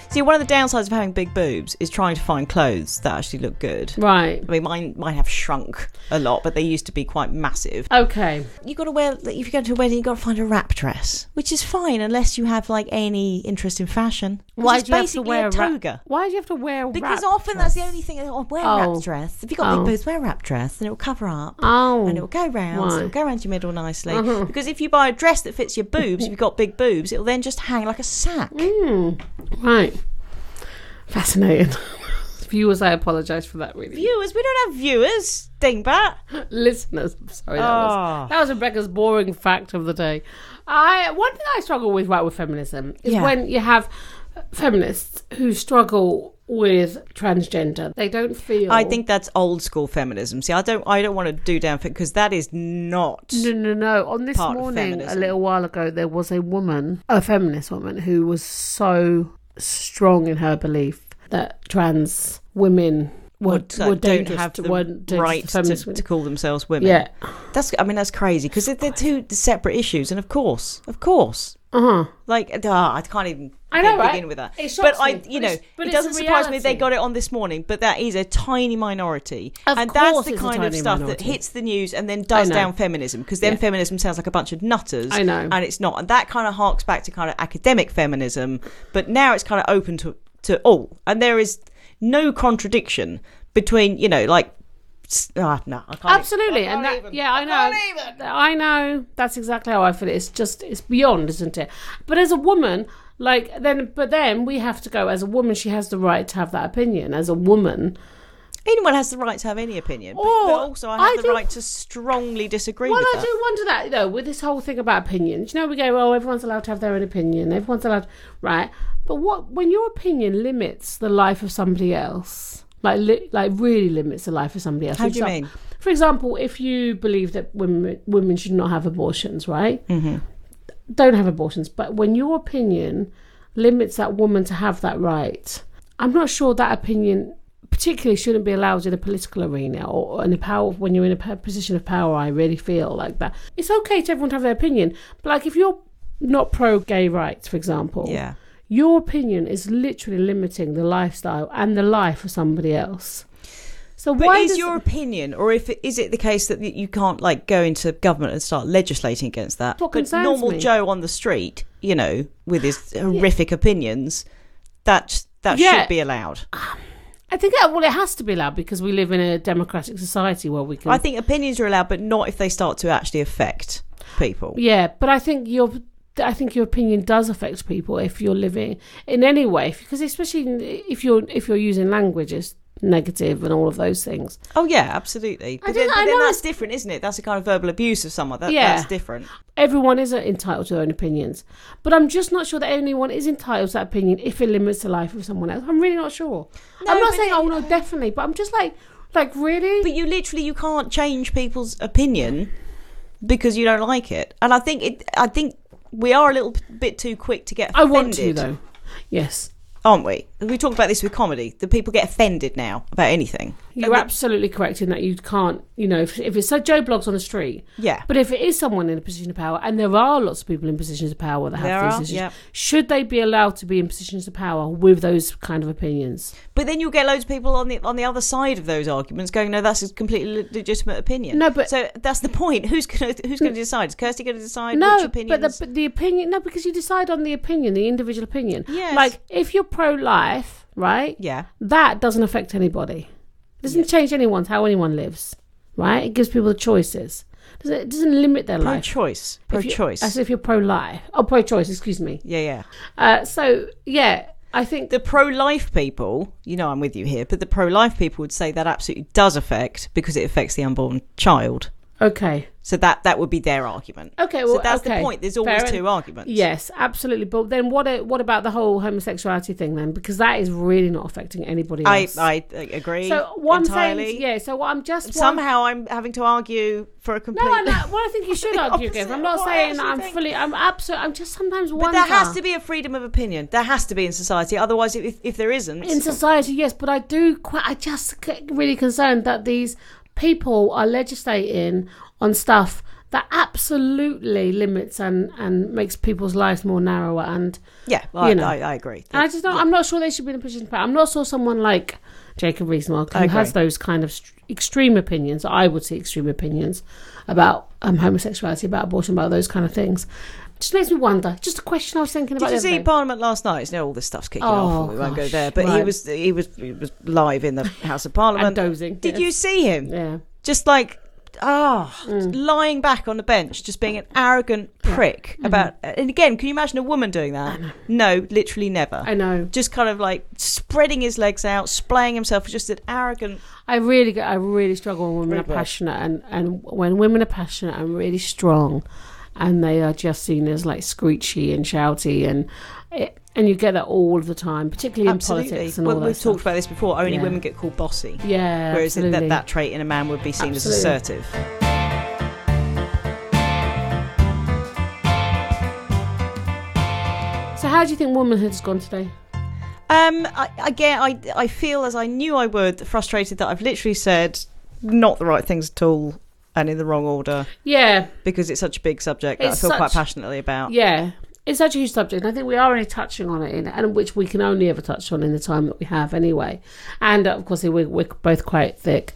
Speaker 1: See, one of the downsides of having big boobs is trying to find clothes that actually look good.
Speaker 2: right.
Speaker 1: I mean, mine mine have shrunk a lot, but they used to be quite massive.
Speaker 2: Okay.
Speaker 1: Uh, You got to wear if you go to a wedding, you got to find a wrap dress, which is fine unless you have like any interest in fashion. 'Cause
Speaker 2: Why
Speaker 1: it's
Speaker 2: do you have to
Speaker 1: basically
Speaker 2: wear
Speaker 1: a
Speaker 2: wrap-
Speaker 1: toga?
Speaker 2: Why do you have to wear a
Speaker 1: Because
Speaker 2: wrap
Speaker 1: often that's
Speaker 2: dress?
Speaker 1: the only thing. Oh, wear a
Speaker 2: Oh.
Speaker 1: wrap dress. If you've got
Speaker 2: Oh.
Speaker 1: big boobs, wear a wrap dress, then it'll cover up.
Speaker 2: Oh.
Speaker 1: And it'll go round, so
Speaker 2: Right.
Speaker 1: it'll go round your middle nicely. Because if you buy a dress that fits your boobs, if you've got big boobs, it'll then just hang like a sack.
Speaker 2: Right. Fascinating. Viewers, I apologise for that. Really,
Speaker 1: Viewers, we don't have viewers, dingbat.
Speaker 2: listeners, I'm sorry that
Speaker 1: Ah.
Speaker 2: was that was Rebecca's boring fact of the day. I one thing I struggle with right with feminism is
Speaker 1: Yeah.
Speaker 2: when you have feminists who struggle with transgender. They don't feel.
Speaker 1: I think that's old school feminism. See, I don't, I don't want to do down for because that is not.
Speaker 2: No, no, no. On this
Speaker 1: Part of
Speaker 2: morning, a
Speaker 1: feminism.
Speaker 2: little while ago, there was a woman, a feminist woman, who was so strong in her belief that trans women were,
Speaker 1: that
Speaker 2: were
Speaker 1: uh, don't
Speaker 2: dangerous
Speaker 1: have
Speaker 2: to,
Speaker 1: the
Speaker 2: were dangerous to
Speaker 1: right to,
Speaker 2: feminist
Speaker 1: to
Speaker 2: women.
Speaker 1: call themselves women.
Speaker 2: Yeah.
Speaker 1: that's. I mean, that's crazy because they're, they're two separate issues, and of course, of course,
Speaker 2: Uh huh.
Speaker 1: Like, uh, I can't even
Speaker 2: I know,
Speaker 1: begin
Speaker 2: right?
Speaker 1: with that.
Speaker 2: It
Speaker 1: but
Speaker 2: shocks
Speaker 1: I,
Speaker 2: me.
Speaker 1: you
Speaker 2: But
Speaker 1: know,
Speaker 2: it's- but
Speaker 1: it
Speaker 2: it's a
Speaker 1: doesn't surprise me if they
Speaker 2: reality.
Speaker 1: got it on this morning. But that is a tiny minority,
Speaker 2: Of
Speaker 1: and
Speaker 2: course
Speaker 1: that's the
Speaker 2: it's a
Speaker 1: kind of
Speaker 2: tiny
Speaker 1: stuff
Speaker 2: minority.
Speaker 1: that hits the news and then does
Speaker 2: know.
Speaker 1: down feminism because then
Speaker 2: Yeah.
Speaker 1: feminism sounds like a bunch of nutters.
Speaker 2: I know.
Speaker 1: and it's not. And that kind of harks back to kind of academic feminism, but now it's kind of open to to all, and there is no contradiction between you know like. s- Ah, no, I can't even-
Speaker 2: Absolutely, and that yeah, I know. I know. That's exactly how I feel. It's just it's beyond, isn't it? But as a woman, like then, but then we have to go. As a woman, she has the right to have that opinion. As a woman,
Speaker 1: Anyone has the right to have any opinion, but,
Speaker 2: Or
Speaker 1: but also I have
Speaker 2: I
Speaker 1: the
Speaker 2: think-
Speaker 1: right to strongly disagree
Speaker 2: Well,
Speaker 1: with
Speaker 2: I
Speaker 1: that.
Speaker 2: do wonder that though with this whole thing about opinions. You know, we go, oh, everyone's allowed to have their own opinion. Everyone's allowed, right? But what when your opinion limits the life of somebody else, like li- like really limits the life of somebody else.
Speaker 1: How
Speaker 2: For
Speaker 1: do you
Speaker 2: exam-
Speaker 1: mean?
Speaker 2: For example, if you believe that women women should not have abortions, right? Mm-hmm. Don't have abortions. But when your opinion limits that woman to have that right, I'm not sure that opinion particularly shouldn't be allowed in a political arena or in a power when you're in a p- position of power. I really feel like that. It's okay to everyone to have their opinion, but like if you're not pro gay rights, for example,
Speaker 1: Yeah.
Speaker 2: your opinion is literally limiting the lifestyle and the life of somebody else. So
Speaker 1: But
Speaker 2: why
Speaker 1: is
Speaker 2: does
Speaker 1: your opinion, or if is it the case that you can't like go into government and start legislating against that?
Speaker 2: what
Speaker 1: but
Speaker 2: concerns
Speaker 1: normal
Speaker 2: me.
Speaker 1: Joe on the street, you know, with his horrific opinions, that That
Speaker 2: Yeah.
Speaker 1: should be allowed.
Speaker 2: I think uh, well, it has to be allowed because we live in a democratic society where we can.
Speaker 1: I think opinions are allowed, but not if they start to actually affect people.
Speaker 2: yeah, but I think your I think your opinion does affect people if you're living in any way, because especially in- if you're if you're using language as negative and all of those things.
Speaker 1: Oh yeah, absolutely. But
Speaker 2: don't-
Speaker 1: then, but
Speaker 2: I
Speaker 1: then
Speaker 2: know
Speaker 1: that's
Speaker 2: it's-
Speaker 1: different, isn't it? That's a kind of verbal abuse of someone. That,
Speaker 2: Yeah.
Speaker 1: That's different.
Speaker 2: Everyone is uh, entitled to their own opinions, but I'm just not sure that anyone is entitled to that opinion if it limits the life of someone else. I'm really not sure. I'm not
Speaker 1: but
Speaker 2: saying
Speaker 1: then-
Speaker 2: oh no, definitely, but I'm just like like really.
Speaker 1: But you literally you can't change people's opinion because you don't like it. And I think it. I think we are a little bit too quick to get.
Speaker 2: I
Speaker 1: Offended,
Speaker 2: want to though. Yes,
Speaker 1: aren't we? We talked about this with comedy. The people get offended now about anything.
Speaker 2: You're
Speaker 1: And the-
Speaker 2: absolutely correct in that you can't, you know, if, if it's so Joe blogs on the street,
Speaker 1: Yeah.
Speaker 2: but if it is someone in a position of power, and there are lots of people in positions of power that have
Speaker 1: There
Speaker 2: these
Speaker 1: are,
Speaker 2: issues,
Speaker 1: yep.
Speaker 2: should they be allowed to be in positions of power with those kind of opinions?
Speaker 1: But then you'll get loads of people on the on the other side of those arguments going, "No, that's a completely le- legitimate opinion."
Speaker 2: No, but-
Speaker 1: so that's the point. Who's gonna who's gonna decide? Is Kirsty gonna decide which
Speaker 2: No,
Speaker 1: opinions?
Speaker 2: but the, but the opinion, no, because you decide on the opinion, the individual opinion.
Speaker 1: Yes.
Speaker 2: Like, if you're pro life, right,
Speaker 1: yeah,
Speaker 2: that doesn't affect anybody. It doesn't change anyone's how anyone lives, right? It gives people the choices. Doesn't- It doesn't limit their life.
Speaker 1: pro-choice,
Speaker 2: If you-
Speaker 1: pro-choice.
Speaker 2: As if you're pro-life. Oh, pro-choice. Excuse me.
Speaker 1: Yeah, yeah.
Speaker 2: Uh, so yeah, I think
Speaker 1: The pro-life people, you know, I'm with you here, but the pro-life people would say that absolutely does affect because it affects the unborn child.
Speaker 2: okay,
Speaker 1: So that that would be their argument.
Speaker 2: okay. Well,
Speaker 1: so that's
Speaker 2: okay.
Speaker 1: the point. There's always
Speaker 2: Fair en-
Speaker 1: two arguments.
Speaker 2: Yes, absolutely. But then what? a- What about the whole homosexuality thing then? Because that is really not affecting anybody
Speaker 1: I
Speaker 2: else.
Speaker 1: I uh, agree.
Speaker 2: so what I'm
Speaker 1: entirely.
Speaker 2: saying, is- yeah. So what I'm just what I'm-
Speaker 1: Somehow I'm having to argue for a complete.
Speaker 2: No, I know. Well, I think you should
Speaker 1: The
Speaker 2: argue,
Speaker 1: opposite
Speaker 2: Giv. I'm
Speaker 1: of
Speaker 2: not
Speaker 1: what I
Speaker 2: saying that
Speaker 1: actually
Speaker 2: I'm
Speaker 1: think.
Speaker 2: fully. I'm absolutely. I'm just sometimes
Speaker 1: But
Speaker 2: wonder.
Speaker 1: there has to be a freedom of opinion. There has to be in society. Otherwise, if, if there isn't,
Speaker 2: in society, yes, but I do quite. I just get really concerned that these people are legislating on stuff that absolutely limits and and makes people's lives more narrower. And
Speaker 1: yeah, well,
Speaker 2: you
Speaker 1: I,
Speaker 2: know.
Speaker 1: I, I agree.
Speaker 2: and I just don't. I'm not sure they should be in a position. But I'm not sure someone like Jacob Rees-Mogg who
Speaker 1: I agree.
Speaker 2: has those kind of st- extreme opinions. I would say extreme opinions about um, homosexuality, about abortion, about those kind of things. Just makes me wonder. Just a question I was thinking about.
Speaker 1: Did you
Speaker 2: the other
Speaker 1: see
Speaker 2: day.
Speaker 1: Parliament last night? It's- You know all this stuff's kicking off.
Speaker 2: Oh,
Speaker 1: We won't go
Speaker 2: gosh,
Speaker 1: there. But he
Speaker 2: right.
Speaker 1: was he was he was live in the House of Parliament.
Speaker 2: And dozing.
Speaker 1: Did
Speaker 2: yes. Mm.
Speaker 1: you see him?
Speaker 2: Yeah.
Speaker 1: Just like ah, lying back on the bench, just being an arrogant prick
Speaker 2: Mm.
Speaker 1: about. And again, can you imagine a woman doing that? No, literally never.
Speaker 2: I know.
Speaker 1: just kind of like spreading his legs out, splaying himself, just an arrogant.
Speaker 2: I really, get- I really struggle when women
Speaker 1: Really
Speaker 2: are
Speaker 1: bad.
Speaker 2: passionate, and and when women are passionate and really strong, and they are just seen as like screechy and shouty, and it, and you get that all of the time, particularly in
Speaker 1: Absolutely.
Speaker 2: politics and
Speaker 1: Well,
Speaker 2: all that
Speaker 1: we've
Speaker 2: stuff.
Speaker 1: talked about this before. Only
Speaker 2: Yeah.
Speaker 1: women get called bossy.
Speaker 2: yeah,
Speaker 1: Whereas that,
Speaker 2: absolutely.
Speaker 1: that trait in a man would be seen as
Speaker 2: Absolutely.
Speaker 1: assertive.
Speaker 2: So, how do you think womanhood has gone today?
Speaker 1: Um, I, again, I, I feel as I knew I would, frustrated that I've literally said not the right things at all and in the wrong order
Speaker 2: Yeah,
Speaker 1: because it's such a big subject that
Speaker 2: It's
Speaker 1: I feel quite
Speaker 2: such-
Speaker 1: passionately about.
Speaker 2: yeah. It's such a huge subject, and I think we are only touching on it, in, and which we can only ever touch on in the time that we have, anyway. And uh, of course, we're, we're both quite thick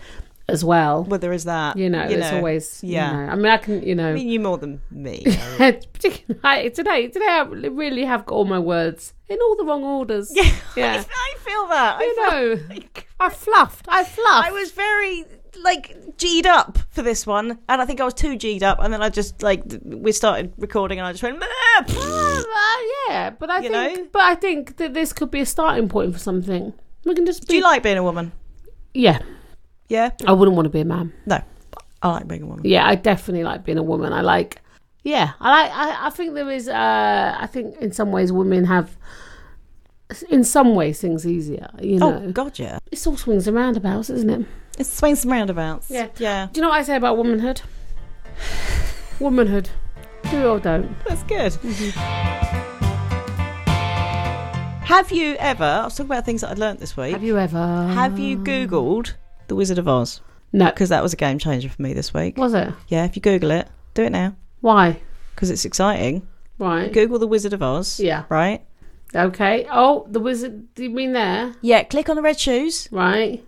Speaker 2: as well.
Speaker 1: Well, there is that.
Speaker 2: You know, it's always
Speaker 1: yeah.
Speaker 2: yeah. I mean, I can you know.
Speaker 1: I mean, you more than me.
Speaker 2: Particularly I- today, today I really have got all my words in all the wrong orders.
Speaker 1: yeah, I,
Speaker 2: Yeah.
Speaker 1: I feel that. I,
Speaker 2: you
Speaker 1: felt
Speaker 2: know,
Speaker 1: like-
Speaker 2: I fluffed. I fluffed.
Speaker 1: I was very like G'd up for this one, and I think I was too G'd up, and then I just like th- we started recording, and I just went. "Ah,
Speaker 2: Uh, yeah, but I
Speaker 1: You
Speaker 2: think,
Speaker 1: know?
Speaker 2: but I think that this could be a starting point for something. We can just.
Speaker 1: Do you
Speaker 2: be-
Speaker 1: like being a woman?
Speaker 2: Yeah,
Speaker 1: Yeah.
Speaker 2: I wouldn't want to be a man.
Speaker 1: No, I like being a woman.
Speaker 2: Yeah, I definitely like being a woman. I like. Yeah, I like. I, I think there is. Uh, I think in some ways women have. In some ways, things easier. You know,
Speaker 1: Oh God, yeah.
Speaker 2: it's all swings and roundabouts, isn't it?
Speaker 1: It's swings and roundabouts.
Speaker 2: Yeah.
Speaker 1: Yeah.
Speaker 2: Do you know what I say about womanhood? womanhood. Do or don't.
Speaker 1: That's good.
Speaker 2: Mm-hmm.
Speaker 1: Have you ever, I was talking about things that I'd learnt this week,
Speaker 2: Have you ever?
Speaker 1: have you Googled The Wizard of Oz?
Speaker 2: No.
Speaker 1: Because that was a game changer for me this week.
Speaker 2: Was it?
Speaker 1: Yeah, if you Google it, do it now
Speaker 2: Why?
Speaker 1: because it's exciting.
Speaker 2: Right.
Speaker 1: Google The Wizard of Oz,
Speaker 2: Yeah.
Speaker 1: right?
Speaker 2: Okay. Oh, the wizard. Do you mean there?
Speaker 1: Yeah, click on the red shoes.
Speaker 2: Right.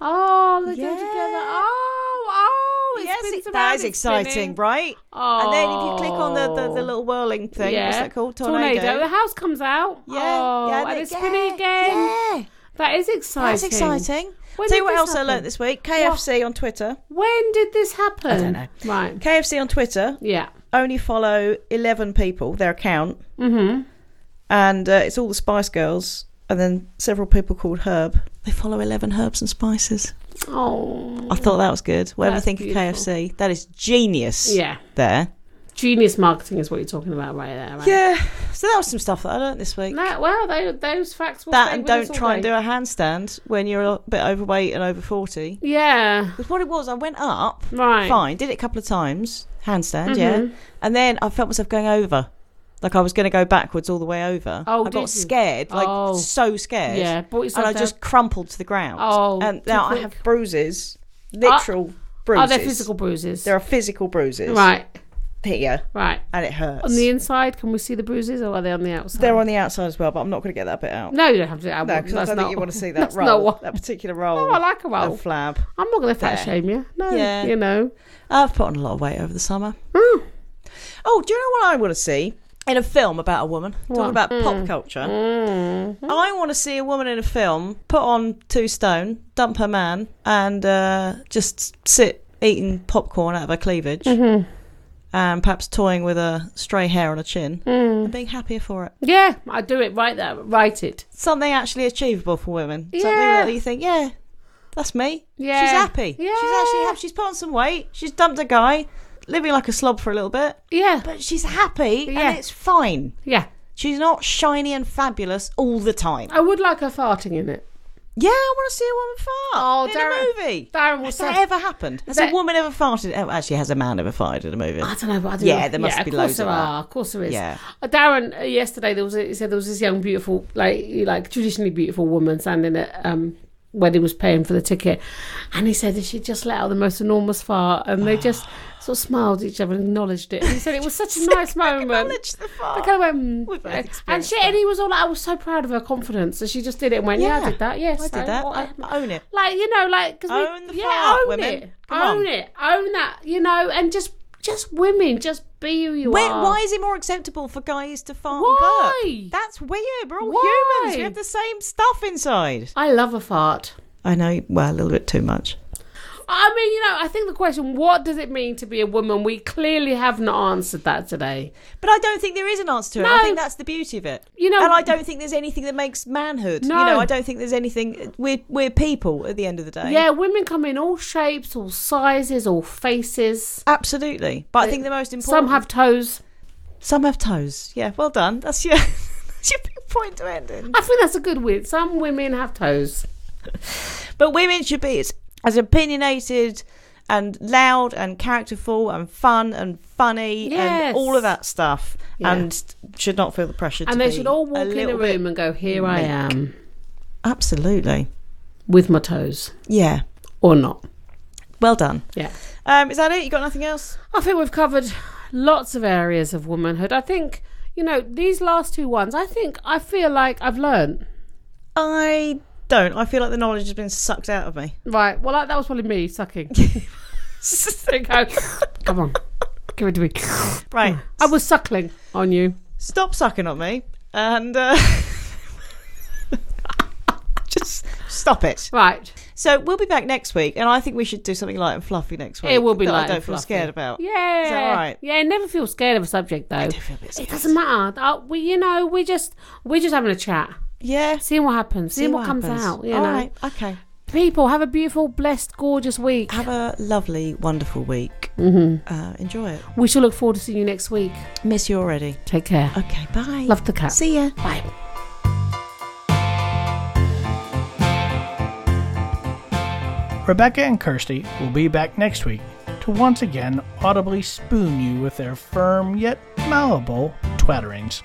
Speaker 2: Oh, they go
Speaker 1: Yeah.
Speaker 2: together. Oh, oh. it spins
Speaker 1: it-
Speaker 2: around,
Speaker 1: that is
Speaker 2: it's
Speaker 1: exciting,
Speaker 2: spinning.
Speaker 1: right?
Speaker 2: Oh.
Speaker 1: And then if you click on the, the, the little whirling thing, what's that called? Tornado.
Speaker 2: The house comes out.
Speaker 1: Yeah,
Speaker 2: Oh,
Speaker 1: yeah,
Speaker 2: and,
Speaker 1: they-
Speaker 2: it's spinning again.
Speaker 1: Yeah,
Speaker 2: That is exciting.
Speaker 1: that's exciting.
Speaker 2: When
Speaker 1: Tell
Speaker 2: did
Speaker 1: you what
Speaker 2: this
Speaker 1: else
Speaker 2: happen?
Speaker 1: I learnt this week. KFC on Twitter.
Speaker 2: When did this happen? I
Speaker 1: don't know.
Speaker 2: Right.
Speaker 1: KFC on Twitter
Speaker 2: Yeah.
Speaker 1: only follow eleven people, their account,
Speaker 2: Mm-hmm.
Speaker 1: and uh, it's all the Spice Girls, and then several people called Herb. They follow eleven herbs and spices.
Speaker 2: Oh.
Speaker 1: I thought that was good. Whatever you
Speaker 2: That's
Speaker 1: think
Speaker 2: beautiful.
Speaker 1: of KFC, that is genius.
Speaker 2: Yeah.
Speaker 1: There.
Speaker 2: Genius marketing is what you're talking about right there. Right?
Speaker 1: Yeah. So that was some stuff that I learnt this week.
Speaker 2: That, well, tho- those facts will
Speaker 1: that
Speaker 2: stay
Speaker 1: and
Speaker 2: with us
Speaker 1: don't
Speaker 2: all
Speaker 1: try and
Speaker 2: day.
Speaker 1: do a handstand when you're a bit overweight and over 40.
Speaker 2: Yeah.
Speaker 1: Because what it was, I went up,
Speaker 2: Right. Mm-hmm.
Speaker 1: fine, did it a couple of times, handstand, yeah. And then I felt myself going over. Like I was going to go backwards all the way over.
Speaker 2: Oh,
Speaker 1: I
Speaker 2: did you?
Speaker 1: got scared, like
Speaker 2: Oh.
Speaker 1: so scared.
Speaker 2: Yeah. Bought yourself
Speaker 1: And I
Speaker 2: down.
Speaker 1: just crumpled to the ground.
Speaker 2: Oh,
Speaker 1: And
Speaker 2: too
Speaker 1: now I
Speaker 2: quick.
Speaker 1: have bruises, literal bruises.
Speaker 2: Are there physical bruises?
Speaker 1: There are physical bruises
Speaker 2: Right.
Speaker 1: here,
Speaker 2: Right.
Speaker 1: and it hurts.
Speaker 2: On the inside, can we see the bruises or are they on the outside?
Speaker 1: They're on the outside as well, but I'm not going to get that bit out.
Speaker 2: No, you don't have to. I
Speaker 1: No,
Speaker 2: wouldn't.
Speaker 1: because I
Speaker 2: That's
Speaker 1: don't
Speaker 2: not,
Speaker 1: think you want to see that
Speaker 2: that's
Speaker 1: roll,
Speaker 2: Not what,
Speaker 1: that particular roll.
Speaker 2: no, I like a roll.
Speaker 1: and flab.
Speaker 2: I'm not going to fat
Speaker 1: There.
Speaker 2: shame you. No,
Speaker 1: Yeah.
Speaker 2: you know.
Speaker 1: I've put on a lot of weight over the summer.
Speaker 2: Mm.
Speaker 1: Oh, do you know what I want to see? In a film about a woman,
Speaker 2: What? Mm.
Speaker 1: talking about pop culture, I want to see a woman in a film put on two stone, dump her man, and uh, just sit eating popcorn out of her cleavage,
Speaker 2: Mm-hmm.
Speaker 1: and perhaps toying with a stray hair on her chin,
Speaker 2: Mm.
Speaker 1: and being happier for it.
Speaker 2: Yeah, I do it right there. Write it.
Speaker 1: Something actually achievable for women.
Speaker 2: Yeah.
Speaker 1: Something that you think, yeah, that's me.
Speaker 2: Yeah.
Speaker 1: She's happy.
Speaker 2: Yeah.
Speaker 1: She's actually happy. She's put on some weight. She's dumped a guy, living like a slob for a little bit.
Speaker 2: Yeah.
Speaker 1: But she's happy
Speaker 2: Yeah.
Speaker 1: and it's fine.
Speaker 2: Yeah.
Speaker 1: She's not shiny and fabulous all the time.
Speaker 2: I would like her farting in it.
Speaker 1: Yeah, I want to see a woman fart
Speaker 2: Oh,
Speaker 1: in
Speaker 2: Darren-
Speaker 1: a movie.
Speaker 2: Darren will
Speaker 1: Has
Speaker 2: say.
Speaker 1: that ever happened? Has
Speaker 2: That-
Speaker 1: a woman ever farted? Oh, actually, has a man ever farted in a movie?
Speaker 2: I don't know, but I do
Speaker 1: Yeah,
Speaker 2: know-
Speaker 1: there must
Speaker 2: yeah,
Speaker 1: be
Speaker 2: of course
Speaker 1: loads
Speaker 2: there
Speaker 1: of that.
Speaker 2: are. Of course there is.
Speaker 1: Yeah.
Speaker 2: Uh, Darren uh, yesterday there was a, he said there was this young beautiful like like traditionally beautiful woman standing at um when he was paying for the ticket, and he said that she just let out the most enormous fart, and they just sort of smiled at each other and acknowledged it. And he said it was such a nice moment.
Speaker 1: Acknowledge the
Speaker 2: I
Speaker 1: fart.
Speaker 2: kind of went, mm,
Speaker 1: We've both
Speaker 2: yeah. and
Speaker 1: experienced
Speaker 2: she, and he was all like, I was so proud of her confidence. And she just did it and went, Yeah, I
Speaker 1: Yeah,
Speaker 2: did that. Yes,
Speaker 1: I did that.
Speaker 2: what-
Speaker 1: I, I own it.
Speaker 2: like you know, like cause we-
Speaker 1: Own the
Speaker 2: yeah,
Speaker 1: fart,
Speaker 2: own
Speaker 1: women.
Speaker 2: it,
Speaker 1: Come
Speaker 2: own
Speaker 1: on.
Speaker 2: it, own that, you know, and just just women, just be who you
Speaker 1: Where,
Speaker 2: are.
Speaker 1: why is it more acceptable for guys to fart and
Speaker 2: Why?
Speaker 1: burp? That's weird. We're all
Speaker 2: Why?
Speaker 1: humans. We have the same stuff inside.
Speaker 2: I love a fart.
Speaker 1: I know. Well, a little bit too much.
Speaker 2: I mean, you know, I think the question, what does it mean to be a woman? We clearly have not answered that today.
Speaker 1: But I don't think there is an answer to it.
Speaker 2: No.
Speaker 1: I think that's the beauty of it.
Speaker 2: You know-
Speaker 1: and I don't think there's anything that makes manhood.
Speaker 2: No.
Speaker 1: You know, I don't think there's anything. We're we're people at the end of the day.
Speaker 2: Yeah, women come in all shapes, all sizes, all faces.
Speaker 1: absolutely. But I think the most important
Speaker 2: Some have toes.
Speaker 1: some have toes. Yeah, well done. That's your that's your big point to end in.
Speaker 2: I think that's a good win. Some women have toes.
Speaker 1: But women should be as, as opinionated and loud and characterful and fun and funny
Speaker 2: Yes.
Speaker 1: and all of that stuff
Speaker 2: Yeah.
Speaker 1: and should not feel the pressure. to
Speaker 2: And they
Speaker 1: be
Speaker 2: should all walk in a
Speaker 1: little
Speaker 2: room
Speaker 1: bit-
Speaker 2: and go, here I am
Speaker 1: Absolutely.
Speaker 2: with my toes
Speaker 1: Yeah.
Speaker 2: or not.
Speaker 1: Well done.
Speaker 2: Yeah.
Speaker 1: Um, is that it? You got nothing else?
Speaker 2: I think we've covered lots of areas of womanhood. I think, you know, these last two ones, I think I feel like I've learned.
Speaker 1: I don't. I feel like the knowledge has been sucked out of me.
Speaker 2: Right. Well, that that was probably me sucking. There you go. Come on. Give it to me.
Speaker 1: Right.
Speaker 2: I was suckling on you.
Speaker 1: Stop sucking on me and uh, just stop it.
Speaker 2: Right.
Speaker 1: So we'll be back next week, and I think we should do something light and fluffy next week.
Speaker 2: It will be
Speaker 1: that
Speaker 2: light
Speaker 1: I don't
Speaker 2: and
Speaker 1: feel
Speaker 2: fluffy.
Speaker 1: scared about.
Speaker 2: Yeah.
Speaker 1: Is that all right?
Speaker 2: Yeah, never feel scared of a subject though.
Speaker 1: I feel a bit
Speaker 2: It
Speaker 1: scared.
Speaker 2: doesn't matter. Uh, we you know, we're just we're just having a chat.
Speaker 1: Yeah.
Speaker 2: Seeing what happens. Seeing
Speaker 1: See
Speaker 2: what, comes
Speaker 1: happens.
Speaker 2: out. You
Speaker 1: All
Speaker 2: know.
Speaker 1: right. Okay.
Speaker 2: People, have a beautiful, blessed, gorgeous week.
Speaker 1: Have a lovely, wonderful week.
Speaker 2: Mm-hmm.
Speaker 1: Uh, enjoy it.
Speaker 2: We shall look forward to seeing you next week.
Speaker 1: Miss you already.
Speaker 2: Take care.
Speaker 1: Okay. Bye.
Speaker 2: Love the cat.
Speaker 1: See ya.
Speaker 2: Bye.
Speaker 3: Rebecca and Kirsty will be back next week to once again audibly spoon you with their firm yet malleable twatterings.